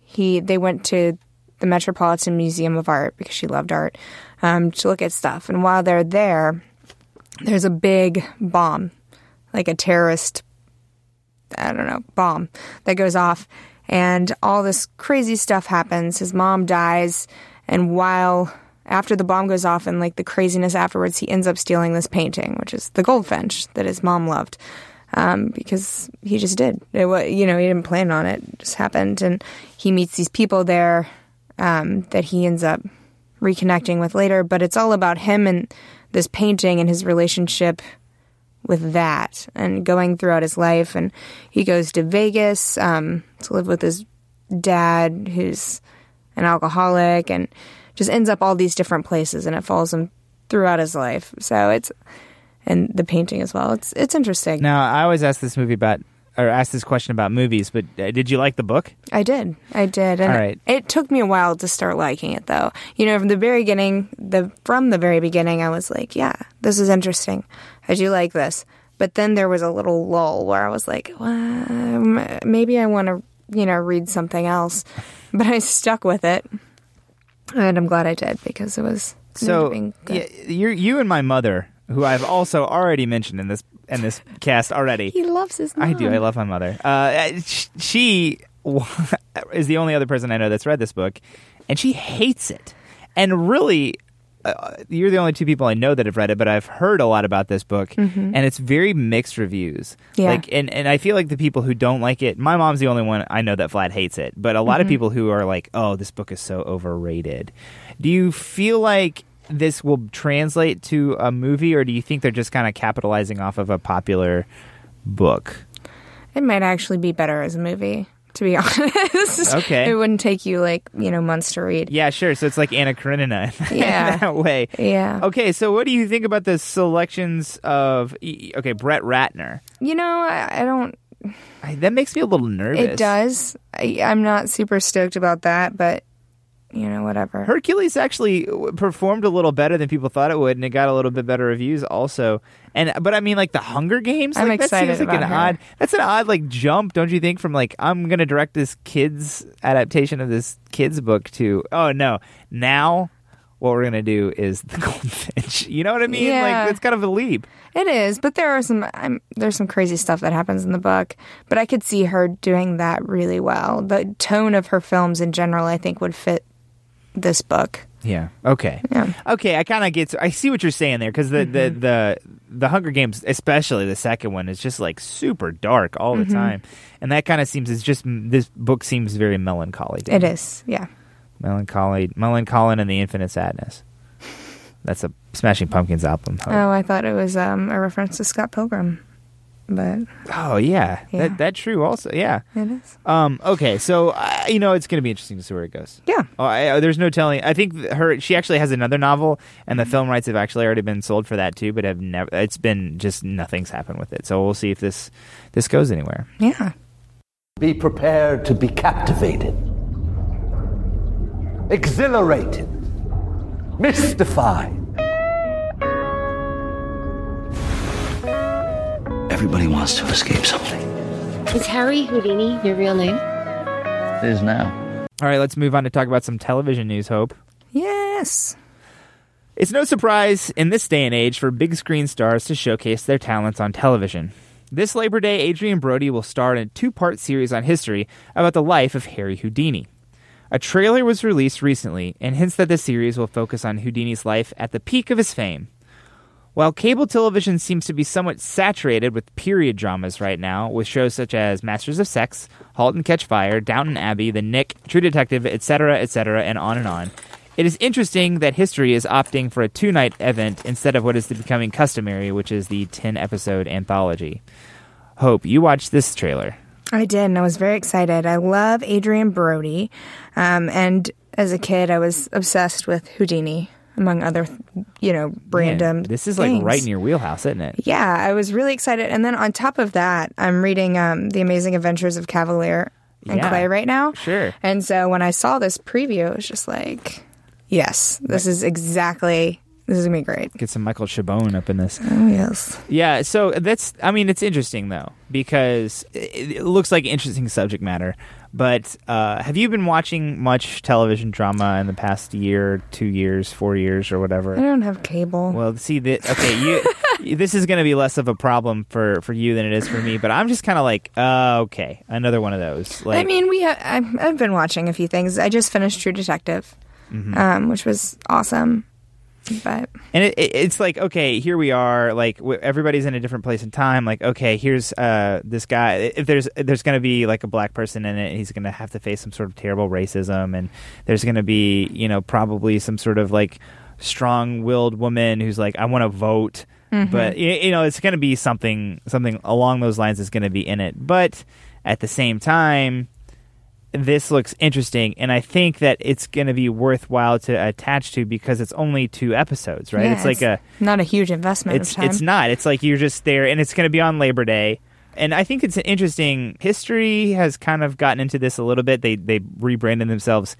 Speaker 6: he they went to the Metropolitan Museum of Art because she loved art um, to look at stuff. And while they're there, there's a big bomb, like a terrorist, I don't know, bomb that goes off, and all this crazy stuff happens. His mom dies, and while after the bomb goes off and like the craziness afterwards, he ends up stealing this painting, which is the goldfinch that his mom loved, um, because he just did. It wa you know, he didn't plan on it; it just happened, and he meets these people there um, that he ends up reconnecting with later. But it's all about him and this painting and his relationship with that and going throughout his life. And he goes to Vegas um, to live with his dad, who's an alcoholic, and just ends up all these different places. And it follows him throughout his life. So it's and the painting as well. It's it's interesting.
Speaker 1: Now, I always ask this movie about or ask this question about movies, but uh, did you like the book?
Speaker 6: I did. I did. And
Speaker 1: All right.
Speaker 6: it took me a while to start liking it though. You know, from the very beginning, the from the very beginning I was like, yeah, this is interesting. I do like this. But then there was a little lull where I was like, well, m- maybe I want to, you know, read something else. But I stuck with it. And I'm glad I did because it was it ended up
Speaker 1: So,
Speaker 6: being good.
Speaker 1: yeah, you you and my mother, who I've also already mentioned in this in this cast already.
Speaker 6: he loves his mom.
Speaker 1: I do. I love my mother. Uh, sh- she is the only other person I know that's read this book, and she hates it. And really, uh, you're the only two people I know that have read it, but I've heard a lot about this book, and it's very mixed reviews.
Speaker 6: Yeah.
Speaker 1: Like, and and I feel like the people who don't like it, my mom's the only one I know that flat hates it, but a lot of people who are like, "Oh, this book is so overrated." Do you feel like this will translate to a movie, or do you think they're just kind of capitalizing off of a popular book?
Speaker 6: It might actually be better as a movie, to be honest.
Speaker 1: Okay.
Speaker 6: It wouldn't take you like, you know, months to read.
Speaker 1: Yeah, sure. So it's like Anna Karenina in
Speaker 6: Yeah.
Speaker 1: that way.
Speaker 6: Yeah.
Speaker 1: Okay, so what do you think about the selections of e- okay Brett Ratner?
Speaker 6: You know, I, I don't.
Speaker 1: I, that makes me a little nervous.
Speaker 6: It does. I, I'm not super stoked about that, but you know, whatever.
Speaker 1: Hercules actually w- performed a little better than people thought it would, and it got a little bit better reviews also. And but I mean, like the Hunger Games,
Speaker 6: I'm
Speaker 1: like, that
Speaker 6: excited
Speaker 1: seems like
Speaker 6: about
Speaker 1: an
Speaker 6: her.
Speaker 1: odd. That's an odd like jump, don't you think? From like I'm gonna direct this kids adaptation of this kids book to oh no, now what we're gonna do is the Goldfinch. You know what I mean?
Speaker 6: Yeah.
Speaker 1: Like it's kind of a leap.
Speaker 6: It is, but there are some I'm, there's some crazy stuff that happens in the book. But I could see her doing that really well. The tone of her films in general, I think, would fit this book.
Speaker 1: Yeah. Okay.
Speaker 6: Yeah. Mm-hmm.
Speaker 1: Okay. I kind of get. I see what you're saying there because the, the the the Hunger Games, especially the second one, is just like super dark all
Speaker 6: Mm-hmm.
Speaker 1: the time, and that kind of seems it's just this book seems very melancholy. to
Speaker 6: It
Speaker 1: me.
Speaker 6: is, yeah.
Speaker 1: melancholy, melancholy, and the infinite sadness. That's a Smashing Pumpkins album.
Speaker 6: Oh, I thought it was um, a reference to Scott Pilgrim, but
Speaker 1: Oh, yeah.
Speaker 6: Yeah.
Speaker 1: That that true also. Yeah.
Speaker 6: it is.
Speaker 1: Um. Okay. So uh, you know it's going to be interesting to see where it goes.
Speaker 6: Yeah.
Speaker 1: Oh, I, I- there's no telling. I think th- her she actually has another novel, and the film rights have actually already been sold for that too. But have never. It's been just nothing's happened with it. So we'll see if this this goes anywhere.
Speaker 6: Yeah.
Speaker 10: Be prepared to be captivated, exhilarated, mystified. Everybody wants to escape something.
Speaker 11: Is Harry Houdini your real name?
Speaker 10: It is now.
Speaker 1: All right, let's move on to talk about some television news. Hope.
Speaker 6: Yes.
Speaker 1: It's no surprise in this day and age for big screen stars to showcase their talents on television. This Labor Day, Adrian Brody will star in a two part series on history about the life of Harry Houdini. A trailer was released recently and hints that the series will focus on Houdini's life at the peak of his fame. While cable television seems to be somewhat saturated with period dramas right now, with shows such as Masters of Sex, Halt and Catch Fire, Downton Abbey, The Nick, True Detective, etc., etc., and on and on, it is interesting that history is opting for a two night event instead of what is becoming customary, which is the 10 episode anthology. Hope, you watched this trailer.
Speaker 6: I did, and I was very excited. I love Adrian Brody, um, and as a kid, I was obsessed with Houdini, among other, you know, random.
Speaker 1: Man, this is like
Speaker 6: things.
Speaker 1: right in your wheelhouse, isn't it?
Speaker 6: Yeah, I was really excited, and then on top of that, I'm reading um, the Amazing Adventures of Cavalier and
Speaker 1: Yeah.
Speaker 6: Clay right now.
Speaker 1: Sure.
Speaker 6: And so when I saw this preview, it was just like, yes, this is exactly. This is gonna be great.
Speaker 1: Get some Michael Chabon up in this.
Speaker 6: Oh yes.
Speaker 1: Yeah, so that's I mean it's interesting though because it, it looks like interesting subject matter. But uh, have you been watching much television drama in the past year, two years, four years, or
Speaker 6: I
Speaker 1: whatever?
Speaker 6: don't have cable.
Speaker 1: Well, see that okay, you this is going to be less of a problem for for you than it is for me. But I'm just kind of like, uh, okay, another one of those. Like,
Speaker 6: I mean, we have. I've, I've been watching a few things. I just finished True Detective,
Speaker 1: Mm-hmm.
Speaker 6: um, which was awesome. But
Speaker 1: and it, it, it's like okay here we are like w- everybody's in a different place in time like okay here's uh this guy if there's if there's gonna be like a black person in it he's gonna have to face some sort of terrible racism and there's gonna be you know probably some sort of like strong-willed woman who's like i want to vote but y- you know it's gonna be something something along those lines is gonna be in it but at the same time this looks interesting and i think that it's going to be worthwhile to attach to because it's only two episodes right
Speaker 6: yeah,
Speaker 1: it's like a
Speaker 6: not a huge investment
Speaker 1: it's
Speaker 6: of time.
Speaker 1: it's not it's like you're just there and it's going to be on labor day and i think it's an interesting history has kind of gotten into this a little bit they they rebranded themselves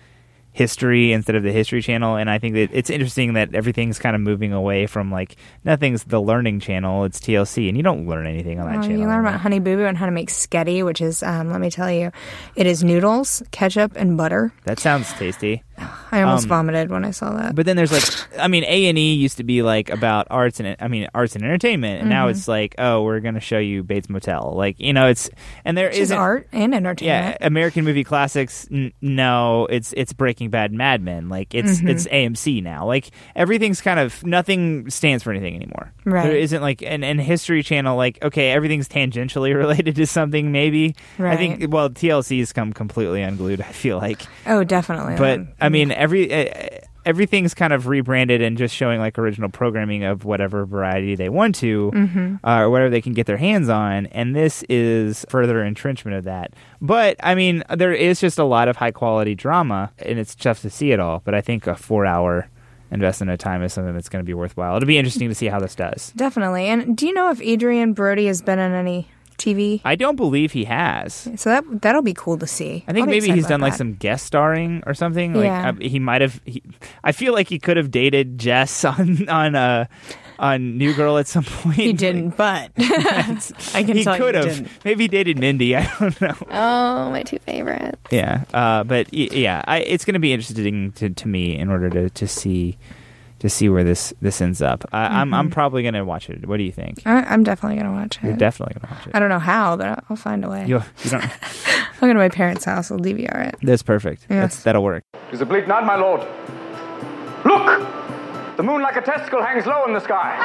Speaker 1: history instead of the history channel and i think that it's interesting that everything's kind of moving away from like nothing's the learning channel it's tlc and you don't learn anything on that
Speaker 6: Oh,
Speaker 1: channel
Speaker 6: you learn about Honey Boo Boo and how to make sketty, which is, um, let me tell you, it is noodles, ketchup, and butter.
Speaker 1: that sounds tasty
Speaker 6: I almost
Speaker 1: Um,
Speaker 6: vomited when I saw that.
Speaker 1: But then there's like, I mean, A and E used to be like about arts and I mean arts and entertainment, and now
Speaker 6: Mhm.
Speaker 1: it's like, oh, we're gonna show you Bates Motel, like you know, it's and there
Speaker 6: Which is
Speaker 1: isn't-
Speaker 6: art and entertainment.
Speaker 1: Yeah, American movie classics. N- no, it's it's Breaking Bad, and Mad Men. Like it's
Speaker 6: Mhm.
Speaker 1: it's AMC now. Like everything's kind of nothing stands for anything anymore.
Speaker 6: Right.
Speaker 1: There isn't like an and History Channel. Like okay, everything's tangentially related to something. Maybe I think. Well, TLC's come completely unglued. I feel like.
Speaker 6: Oh, definitely.
Speaker 1: But I mean, every uh, everything's kind of rebranded and just showing like original programming of whatever variety they want to,
Speaker 6: Mhm.
Speaker 1: uh, or whatever they can get their hands on. And this is further entrenchment of that. But I mean, there is just a lot of high quality drama, and it's tough to see it all. But I think a four hour investment of time is something that's going to be worthwhile. It'll be interesting to see how this does.
Speaker 6: definitely. And do you know if Adrian Brody has been in any TV?
Speaker 1: I don't believe he has.
Speaker 6: So that that'll be cool to see.
Speaker 1: I think
Speaker 6: I'll be
Speaker 1: maybe
Speaker 6: excited
Speaker 1: he's done
Speaker 6: about
Speaker 1: like
Speaker 6: that.
Speaker 1: some guest starring or something. Like
Speaker 6: Yeah.
Speaker 1: I, he might have. He, I feel like he could have dated Jess on on uh, on New Girl at some point. He
Speaker 6: didn't, but I can
Speaker 1: he
Speaker 6: tell you
Speaker 1: could
Speaker 6: he
Speaker 1: have.
Speaker 6: didn't.
Speaker 1: Maybe he dated Mindy. I don't know.
Speaker 11: Oh, my two favorites.
Speaker 1: Yeah, uh, but y- yeah, I, it's going to be interesting to, to me in order to, to see to see where this this ends up. I, I'm I'm
Speaker 6: Mhm.
Speaker 1: probably going to watch it. What do you think?
Speaker 6: I, I'm definitely gonna watch it.
Speaker 1: You're definitely going to watch it.
Speaker 6: I don't know how, but I'll find a way.
Speaker 1: You'll- you don't-
Speaker 6: I'll go to my parents' house. I'll DVR it.
Speaker 1: that's perfect. That's,
Speaker 6: Yes.
Speaker 1: that'll work.
Speaker 12: Is the bleak not, my lord? Look! The moon like a testicle hangs low in the sky.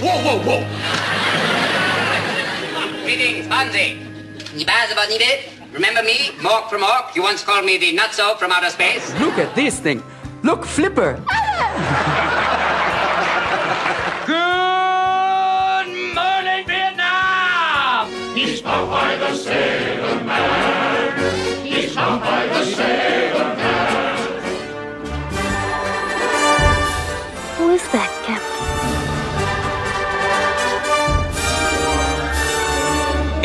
Speaker 13: Whoa, whoa, whoa!
Speaker 14: Greetings, Bonzi. Remember me, Mork from Ork? You once called me the Nutso from outer space.
Speaker 13: Look at this thing. Look, Flipper. Good morning, Vietnam. He's out by the sailor man. He's out by the sailor man.
Speaker 11: Who is that, Captain?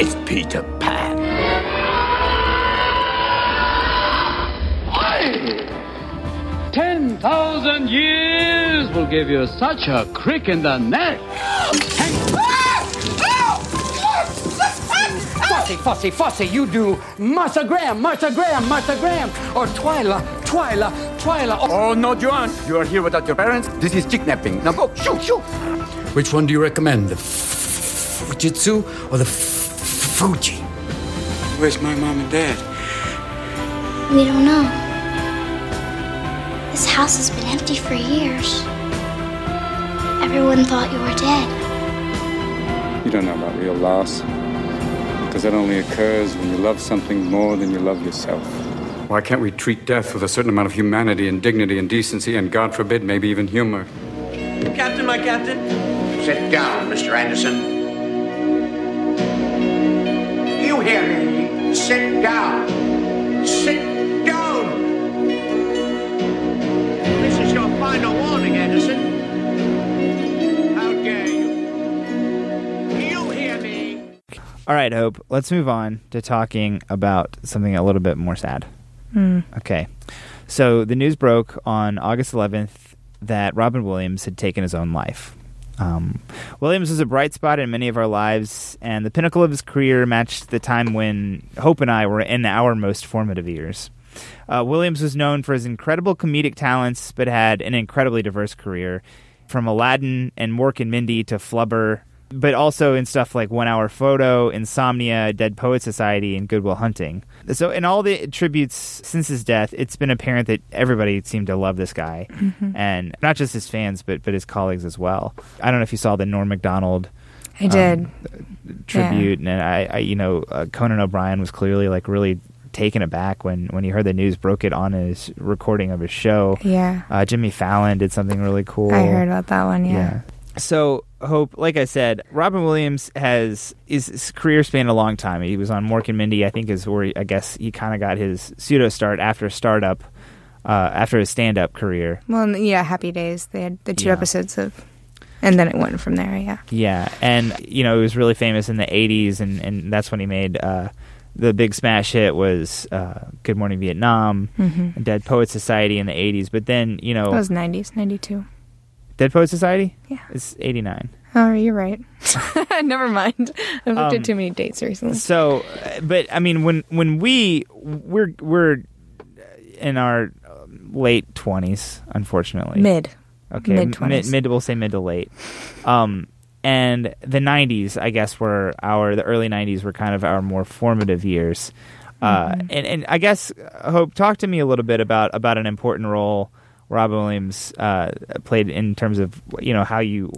Speaker 13: It's Peter Pan.
Speaker 15: Ten thousand years will give you such a crick in the neck.
Speaker 13: Fossey, Fossey, Fossey, you do Martha Graham, Martha Graham, Martha Graham, or Oh, Twyla, Twyla, Twyla. Oh, no, Joan, you are here without your parents. This is kidnapping. Now go, shoot, shoot. Which one do you recommend, the Fujitsu or the Fuji? Where's my mom and dad?
Speaker 11: We don't know. This house has been empty for years. Everyone thought you were dead.
Speaker 16: You don't know about real loss. Because that only occurs when you love something more than you love yourself. Why can't we treat death with a certain amount of humanity and dignity and decency and, God forbid, maybe even humor?
Speaker 13: Captain, my captain.
Speaker 7: Sit down, Mr. Anderson. You hear me? Sit down. Sit down. This is your final warning, Anderson. How dare you? You hear me?
Speaker 1: All right, Hope. Let's move on to talking about something a little bit more sad.
Speaker 7: Hmm.
Speaker 1: Okay. So the news broke on August 11th that Robin Williams had taken his own life. Um, Williams was a bright spot in many of our lives, and the pinnacle of his career matched the time when Hope and I were in our most formative years. Uh, Williams was known for his incredible comedic talents, but had an incredibly diverse career from Aladdin and Mork and Mindy to Flubber, but also in stuff like One Hour Photo, Insomnia, Dead Poet Society, and Goodwill Hunting. So, in all the tributes since his death, it's been apparent that everybody seemed to love this guy,
Speaker 6: Mhm.
Speaker 1: and not just his fans, but but his colleagues as well. I don't know if you saw the Norm Macdonald.
Speaker 6: I did.
Speaker 1: tribute, and I, I, you know, uh, Conan O'Brien was clearly like really taken aback when when he heard the news, broke it on his recording of his show.
Speaker 6: Yeah.
Speaker 1: uh, Jimmy Fallon did something really cool.
Speaker 6: I heard about that one. Yeah.
Speaker 1: So Hope, like I said, Robin Williams has his, his career spanned a long time. He was on Mork and Mindy, I think, is where he, I guess he kind of got his pseudo start after startup, uh, after his stand up career.
Speaker 6: Well, and- yeah. Happy Days. They had the two
Speaker 1: Yeah.
Speaker 6: episodes of, and then it went from there. Yeah.
Speaker 1: Yeah, and you know he was really famous in the '80s, and and that's when he made uh, the big smash hit was uh, "Good Morning Vietnam,"
Speaker 6: Mhm.
Speaker 1: Dead Poet Society in the '80s. But then you know
Speaker 6: That was nineties, ninety two.
Speaker 1: Dead Poet Society, yeah, it's '89.
Speaker 6: Oh, you're right. Never mind. I've looked
Speaker 1: Um,
Speaker 6: at too many dates recently.
Speaker 1: So, uh, but I mean, when when we we're we're in our um, late twenties, unfortunately.
Speaker 6: Mid.
Speaker 1: Okay.
Speaker 6: Mid
Speaker 1: m-
Speaker 6: 20s.
Speaker 1: Mid. We'll say mid to late. Um, and the nineties, I guess, were our the early nineties were kind of our more formative years. Uh,
Speaker 17: Mhm.
Speaker 1: and and I guess Hope, talk to me a little bit about about an important role Robin Williams uh, played in terms of you know how you.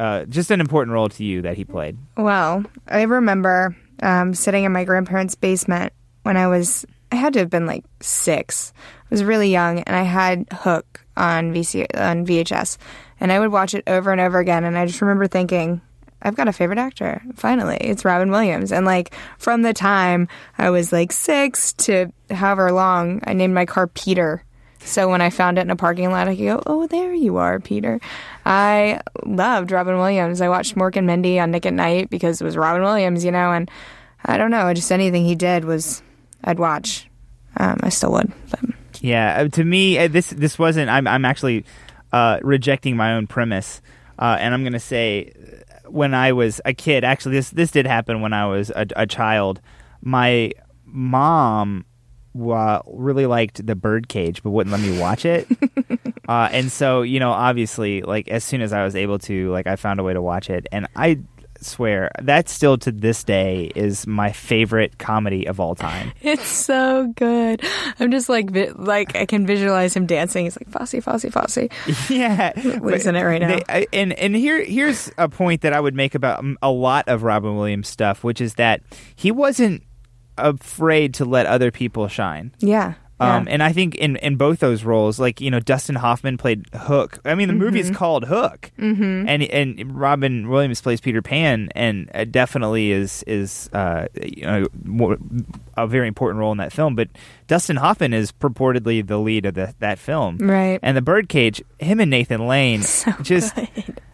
Speaker 1: Uh, just an important role to you that he played.
Speaker 6: Well, I remember um, sitting in my grandparents' basement when I was, I had to have been like six. I was really young, and I had Hook on, VC, on VHS, and I would watch it over and over again. And I just remember thinking, I've got a favorite actor. Finally, it's Robin Williams. And like from the time I was like six to however long, I named my car Peter. So when I found it in a parking lot, I could go, "Oh, there you are, Peter." I loved Robin Williams. I watched Mork and Mindy on Nick at Night because it was Robin Williams, you know. And I don't know, just anything he did was I'd watch. Um, I still would. But.
Speaker 1: Yeah, uh, to me, uh, this this wasn't. I'm I'm actually uh, rejecting my own premise, uh, and I'm going to say, uh, when I was a kid, actually, this this did happen when I was a, a child. My mom wa- really liked the Birdcage, but wouldn't let me watch it. uh, and so, you know, obviously, like as soon as I was able to, like I found a way to watch it, and I swear that still to this day is my favorite comedy of all time.
Speaker 6: It's so good. I'm just like, vi- like I can visualize him dancing. He's like Fosse, Fosse, Fosse.
Speaker 1: Yeah,
Speaker 6: losing it right now.
Speaker 1: They- I- and and here here's a point that I would make about um, a lot of Robin Williams stuff, which is that he wasn't afraid to let other people shine.
Speaker 6: yeah.
Speaker 1: Um,
Speaker 6: yeah.
Speaker 1: and I think in, in both those roles, like you know, Dustin Hoffman played Hook. I mean, the movie is
Speaker 6: Mhm.
Speaker 1: called Hook,
Speaker 6: Mhm.
Speaker 1: and and Robin Williams plays Peter Pan, and uh, definitely is is uh, you know more, a very important role in that film. But Dustin Hoffman is purportedly the lead of the, that film,
Speaker 6: Right.
Speaker 1: And the Birdcage, him and Nathan Lane, just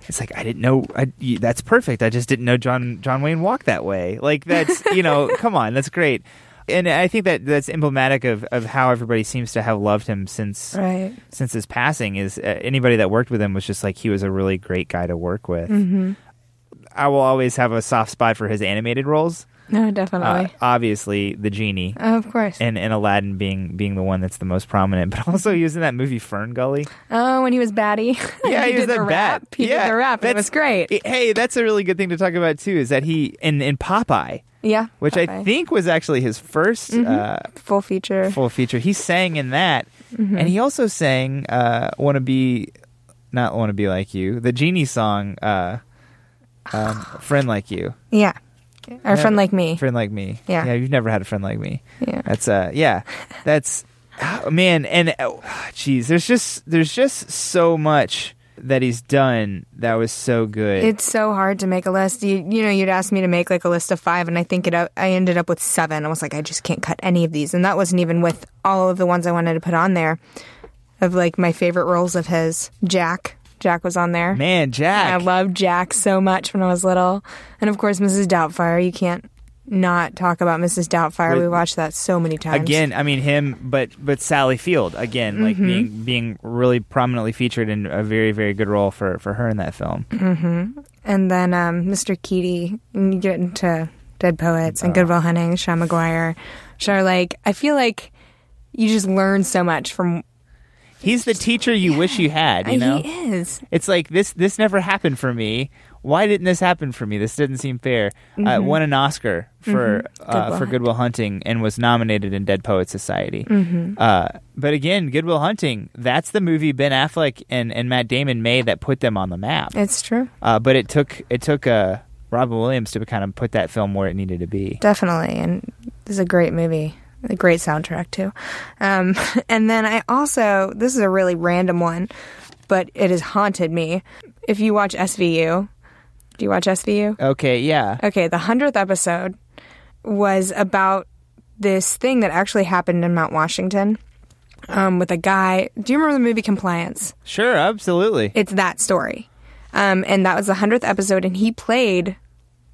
Speaker 1: it's like I didn't know. I, you- that's perfect. I just didn't know John John Wayne walked that way. Like that's you know, come on, that's great. And I think that that's emblematic of, of how everybody seems to have loved him since
Speaker 6: Right.
Speaker 1: since his passing. Is uh, anybody that worked with him was just like he was a really great guy to work with.
Speaker 6: Mhm.
Speaker 1: I will always have a soft spot for his animated roles.
Speaker 6: No,
Speaker 1: Uh,
Speaker 6: definitely.
Speaker 1: obviously, the genie,
Speaker 6: of course.
Speaker 1: Uh, and and Aladdin being being the one that's the most prominent, but also he was in that movie Fern Gully.
Speaker 6: oh, when he was batty.
Speaker 1: Yeah, he was
Speaker 6: did
Speaker 1: that
Speaker 6: the
Speaker 1: bat.
Speaker 6: rap. He
Speaker 1: Yeah,
Speaker 6: did the rap. It
Speaker 1: that's-
Speaker 6: was great.
Speaker 1: I- Hey, that's a really good thing to talk about too. Is that he in in Popeye,
Speaker 6: Yeah.
Speaker 1: which I
Speaker 6: Popeye. Mm-hmm.
Speaker 1: think was actually his 1st
Speaker 6: full feature
Speaker 1: uh, full feature. He sang in that,
Speaker 6: Mhm.
Speaker 1: and he also sang uh, "Want to Be," not "Want to Be Like You," the genie song, uh, um, "Friend Like You."
Speaker 6: Yeah. Or
Speaker 1: Never-
Speaker 6: friend like me.
Speaker 1: Friend like me.
Speaker 6: Yeah.
Speaker 1: Yeah, you've never had a friend like me.
Speaker 6: Yeah.
Speaker 1: That's uh yeah. That's oh, man and oh, geez, there's just there's just so much that he's done that was so good.
Speaker 6: It's so hard to make a list. You you know, you'd ask me to make like a list of five, and I think it. up- I ended up with seven. I was like, I just can't cut any of these, and that wasn't even with all of the ones I wanted to put on there, of like my favorite roles of his. Jack, Jack was on there.
Speaker 1: Man, Jack.
Speaker 6: I loved Jack so much when I was little, and of course, Mrs. Doubtfire. You can't not talk about Mrs. Doubtfire.
Speaker 1: With-
Speaker 6: we watched that so many times.
Speaker 1: Again, I mean him, but but Sally Field again, like
Speaker 6: Mhm.
Speaker 1: being being really prominently featured in a very very good role for for her in that film.
Speaker 6: Mm-hmm. And then um, Mr. Keaty, and you get into Dead Poets and Goodwill Hunting, Sean McGuire, which are like, I feel like you just learn so much from.
Speaker 1: He's the teacher you wish you had. You know,
Speaker 6: Uh, He is.
Speaker 1: It's like this. This never happened for me. Why didn't this happen for me? This didn't seem fair. Uh,
Speaker 6: Mhm.
Speaker 1: won an Oscar for
Speaker 6: Mhm.
Speaker 1: uh,
Speaker 6: Goodwill
Speaker 1: for Goodwill Hunting and was nominated in Dead Poets Society.
Speaker 6: Mhm.
Speaker 1: Uh, but again, Goodwill Hunting. That's the movie Ben Affleck and, and Matt Damon made that put them on the map.
Speaker 6: It's true.
Speaker 1: Uh, but it took it took uh, Robin Williams to kind of put that film where it needed to be.
Speaker 6: Definitely. And this is a great movie. A great soundtrack, too. Um, and then I also, this is a really random one, but it has haunted me. If you watch SVU, do you watch SVU?
Speaker 1: Okay, yeah.
Speaker 6: Okay, the 100th episode was about this thing that actually happened in Mount Washington um, with a guy. Do you remember the movie Compliance?
Speaker 1: Sure, absolutely.
Speaker 6: It's that story. Um, and that was the 100th episode, and he played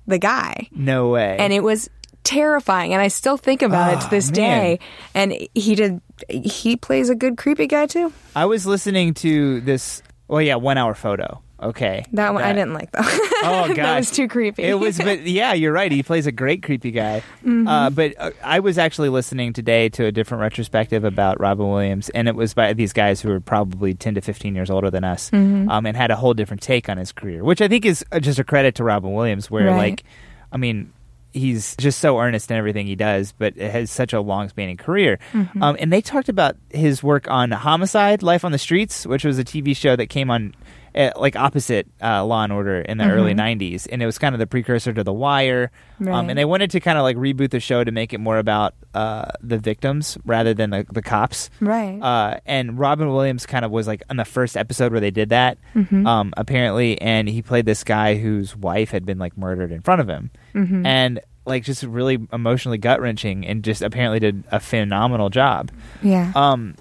Speaker 6: the guy.
Speaker 1: no way.
Speaker 6: And it was terrifying, and I still think about it to this
Speaker 1: Ah, man.
Speaker 6: day. And he did, he plays a good creepy guy, too.
Speaker 1: I was listening to this. Well, yeah, one hour photo. Okay.
Speaker 6: That one I didn't like though.
Speaker 1: Oh gosh,
Speaker 6: that was too creepy.
Speaker 1: It was, but yeah, you're right. He plays a great creepy guy.
Speaker 6: Mhm.
Speaker 1: Uh, but uh, I was actually listening today to a different retrospective about Robin Williams, and it was by these guys who were probably 10 to 15 years older than us,
Speaker 6: Mm-hmm.
Speaker 17: Mhm.
Speaker 1: um, and had a whole different take on his career, which I think is uh, just a credit to Robin Williams, where
Speaker 17: Right.
Speaker 1: like, I mean. He's just so earnest in everything he does, but it has such a long spanning career.
Speaker 17: Mhm.
Speaker 1: Um, and they talked about his work on Homicide: Life on the Streets, which was a TV show that came on uh, like opposite uh, Law and Order in the
Speaker 17: Mhm.
Speaker 1: early '90s, and it was kind of the precursor to The Wire. Um,
Speaker 17: Right.
Speaker 1: and they wanted to kind of like reboot the show to make it more about uh, the victims rather than the, the cops.
Speaker 6: Right.
Speaker 1: Uh, and Robin Williams kind of was like on the first episode where they did that,
Speaker 17: Mhm.
Speaker 1: um, apparently, and he played this guy whose wife had been like murdered in front of him,
Speaker 17: Mhm.
Speaker 1: and like just really emotionally gut wrenching, and just apparently did a phenomenal job.
Speaker 6: Yeah.
Speaker 1: Um,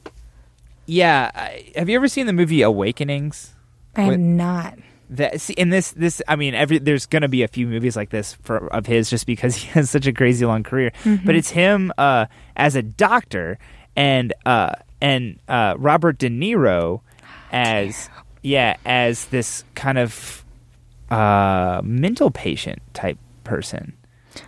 Speaker 1: yeah. I, have you ever seen the movie Awakenings?
Speaker 6: I
Speaker 1: With-
Speaker 6: am not.
Speaker 1: that see, and this this I mean every there's gonna be a few movies like this for of his just because he has such a crazy long career.
Speaker 17: Mhm.
Speaker 1: But it's him uh, as a doctor and uh, and uh, Robert De Niro as yeah as this kind of uh, mental patient type person.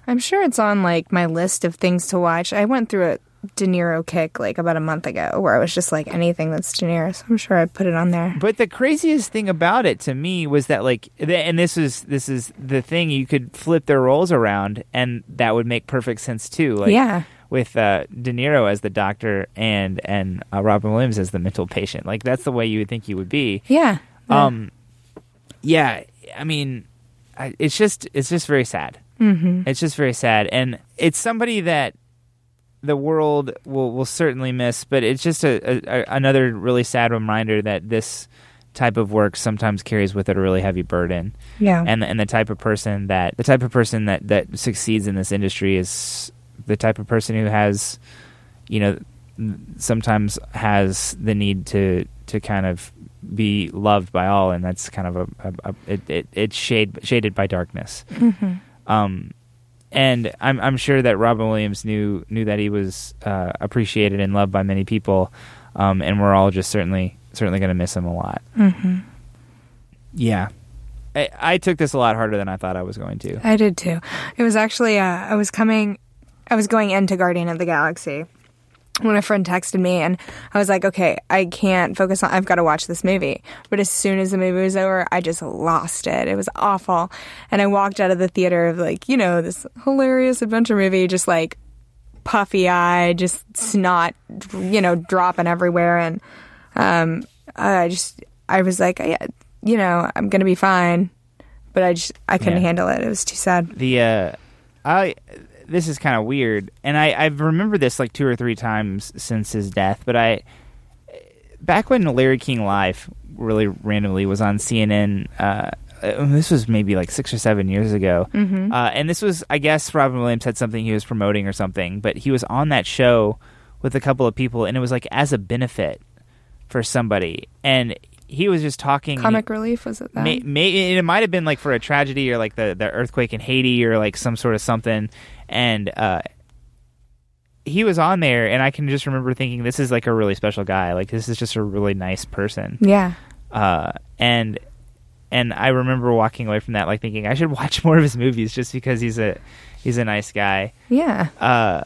Speaker 6: I'm sure it's on like my list of things to watch. I went through a De Niro kick like about a month ago where I was just like anything that's De Niro. So I'm sure I put it on there.
Speaker 1: But the craziest thing about it to me was that like, th- and this is this is the thing you could flip their roles around, and that would make perfect sense too. Like,
Speaker 6: Yeah.
Speaker 1: With uh, De Niro as the doctor and and uh, Robin Williams as the mental patient, like that's the way you would think you would be.
Speaker 6: Yeah. Yeah.
Speaker 1: Um. Yeah. I mean, I, it's just it's just very sad.
Speaker 17: Mhm.
Speaker 1: It's just very sad, and it's somebody that the world will will certainly miss. But it's just a, a, a another really sad reminder that this type of work sometimes carries with it a really heavy burden.
Speaker 17: Yeah.
Speaker 1: And and the type of person that the type of person that that succeeds in this industry is the type of person who has, you know, sometimes has the need to to kind of be loved by all, and that's kind of a, a, a it, it it's shade shaded by darkness.
Speaker 17: Mhm.
Speaker 1: Um, and I'm I'm sure that Robin Williams knew knew that he was uh, appreciated and loved by many people, um, and we're all just certainly certainly going to miss him a lot.
Speaker 6: Mhm.
Speaker 1: Yeah, I, I took this a lot harder than I thought I was going to.
Speaker 6: I did too. It was actually uh, I was coming, I was going into Guardian of the Galaxy when a friend texted me, and I was like, okay, I can't focus on. I've got to watch this movie. But as soon as the movie was over, I just lost it. It was awful, and I walked out of the theater of like you know this hilarious adventure movie, just like puffy eyed, just snot, you know, dropping everywhere, and um, I just I was like, I, you know, I'm gonna be fine. But I just I couldn't
Speaker 1: Yeah.
Speaker 6: handle it. It was too sad.
Speaker 1: The uh, I this is kind of weird, and I I've remembered this like two or three times since his death. But I back when Larry King Live really randomly was on CNN. Uh, uh, this was maybe like six or seven years ago,
Speaker 17: Mhm.
Speaker 1: uh, and this was I guess Robin Williams had something he was promoting or something, but he was on that show with a couple of people, and it was like as a benefit for somebody, and he was just talking and he-
Speaker 6: Comic relief was it that?
Speaker 1: May, may, it might have been like for a tragedy or like the, the earthquake in Haiti or like some sort of something. And uh, he was on there, and I can just remember thinking, this is like a really special guy. Like, this is just a really nice person.
Speaker 6: Yeah.
Speaker 1: Uh, and and I remember walking away from that like thinking I should watch more of his movies just because he's a he's a nice guy.
Speaker 6: Yeah.
Speaker 1: Uh,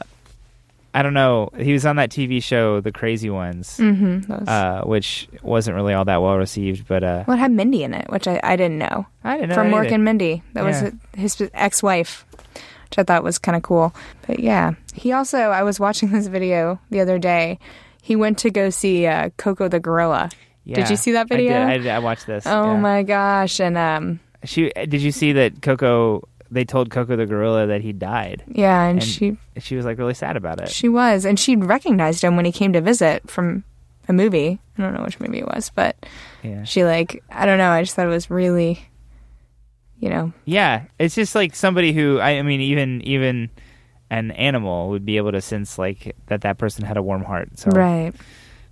Speaker 1: I don't know. He was on that TV show, The Crazy Ones,
Speaker 6: Mhm, that was-
Speaker 1: uh, which wasn't really all that well received. But uh,
Speaker 6: Well, it had Mindy in it, which I, I didn't know.
Speaker 1: I didn't know
Speaker 6: From
Speaker 1: that
Speaker 6: Mork
Speaker 1: either.
Speaker 6: and Mindy. That
Speaker 1: Yeah.
Speaker 6: was his ex wife, which I thought was kind of cool. But yeah. He also, I was watching this video the other day. He went to go see uh, Coco the Gorilla.
Speaker 1: Yeah,
Speaker 6: Did you see that video?
Speaker 1: I did. I, did. I watched this.
Speaker 6: Oh
Speaker 1: yeah.
Speaker 6: my gosh. And um,
Speaker 1: She did you see that Coco? They told Coco the gorilla that he died.
Speaker 6: Yeah, and she-
Speaker 1: she was like really sad about it.
Speaker 6: she was. And she recognized him when he came to visit from a movie. I don't know which movie it was, but
Speaker 1: Yeah.
Speaker 6: she, like, I don't know. I just thought it was really, you know,
Speaker 1: yeah, it's just like somebody who I, I mean, even even an animal would be able to sense like that that person had a warm heart. So
Speaker 6: Right.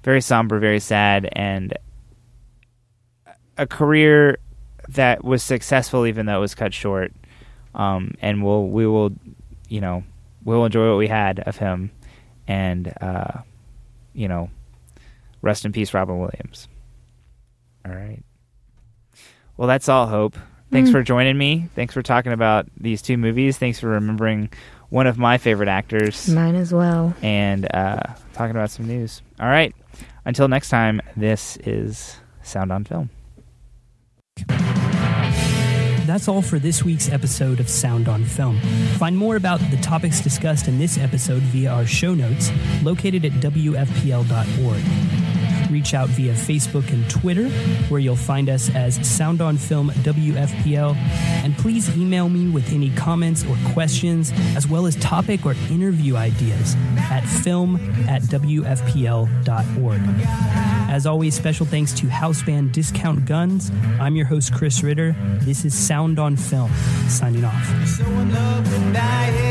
Speaker 1: very somber, very sad, and a career that was successful even though it was cut short. Um, and we'll we will, you know, we'll enjoy what we had of him, and uh, you know, rest in peace, Robin Williams. All right. Well, that's all, Hope. Thanks
Speaker 6: Mm.
Speaker 1: for joining me. Thanks for talking about these two movies. Thanks for remembering one of my favorite actors.
Speaker 6: Mine as well.
Speaker 1: And uh, talking about some news. All right. Until next time, this is Sound on Film.
Speaker 17: That's all for this week's episode of Sound on Film. Find more about the topics discussed in this episode via our show notes located at WFPL.org. Reach out via Facebook and Twitter, where you'll find us as Sound on Film WFPL. And please email me with any comments or questions, as well as topic or interview ideas at film at WFPL.org. As always, special thanks to house band Discount Guns. I'm your host, Chris Ritter. This is Sound on Film, signing off.
Speaker 7: So in love with dying.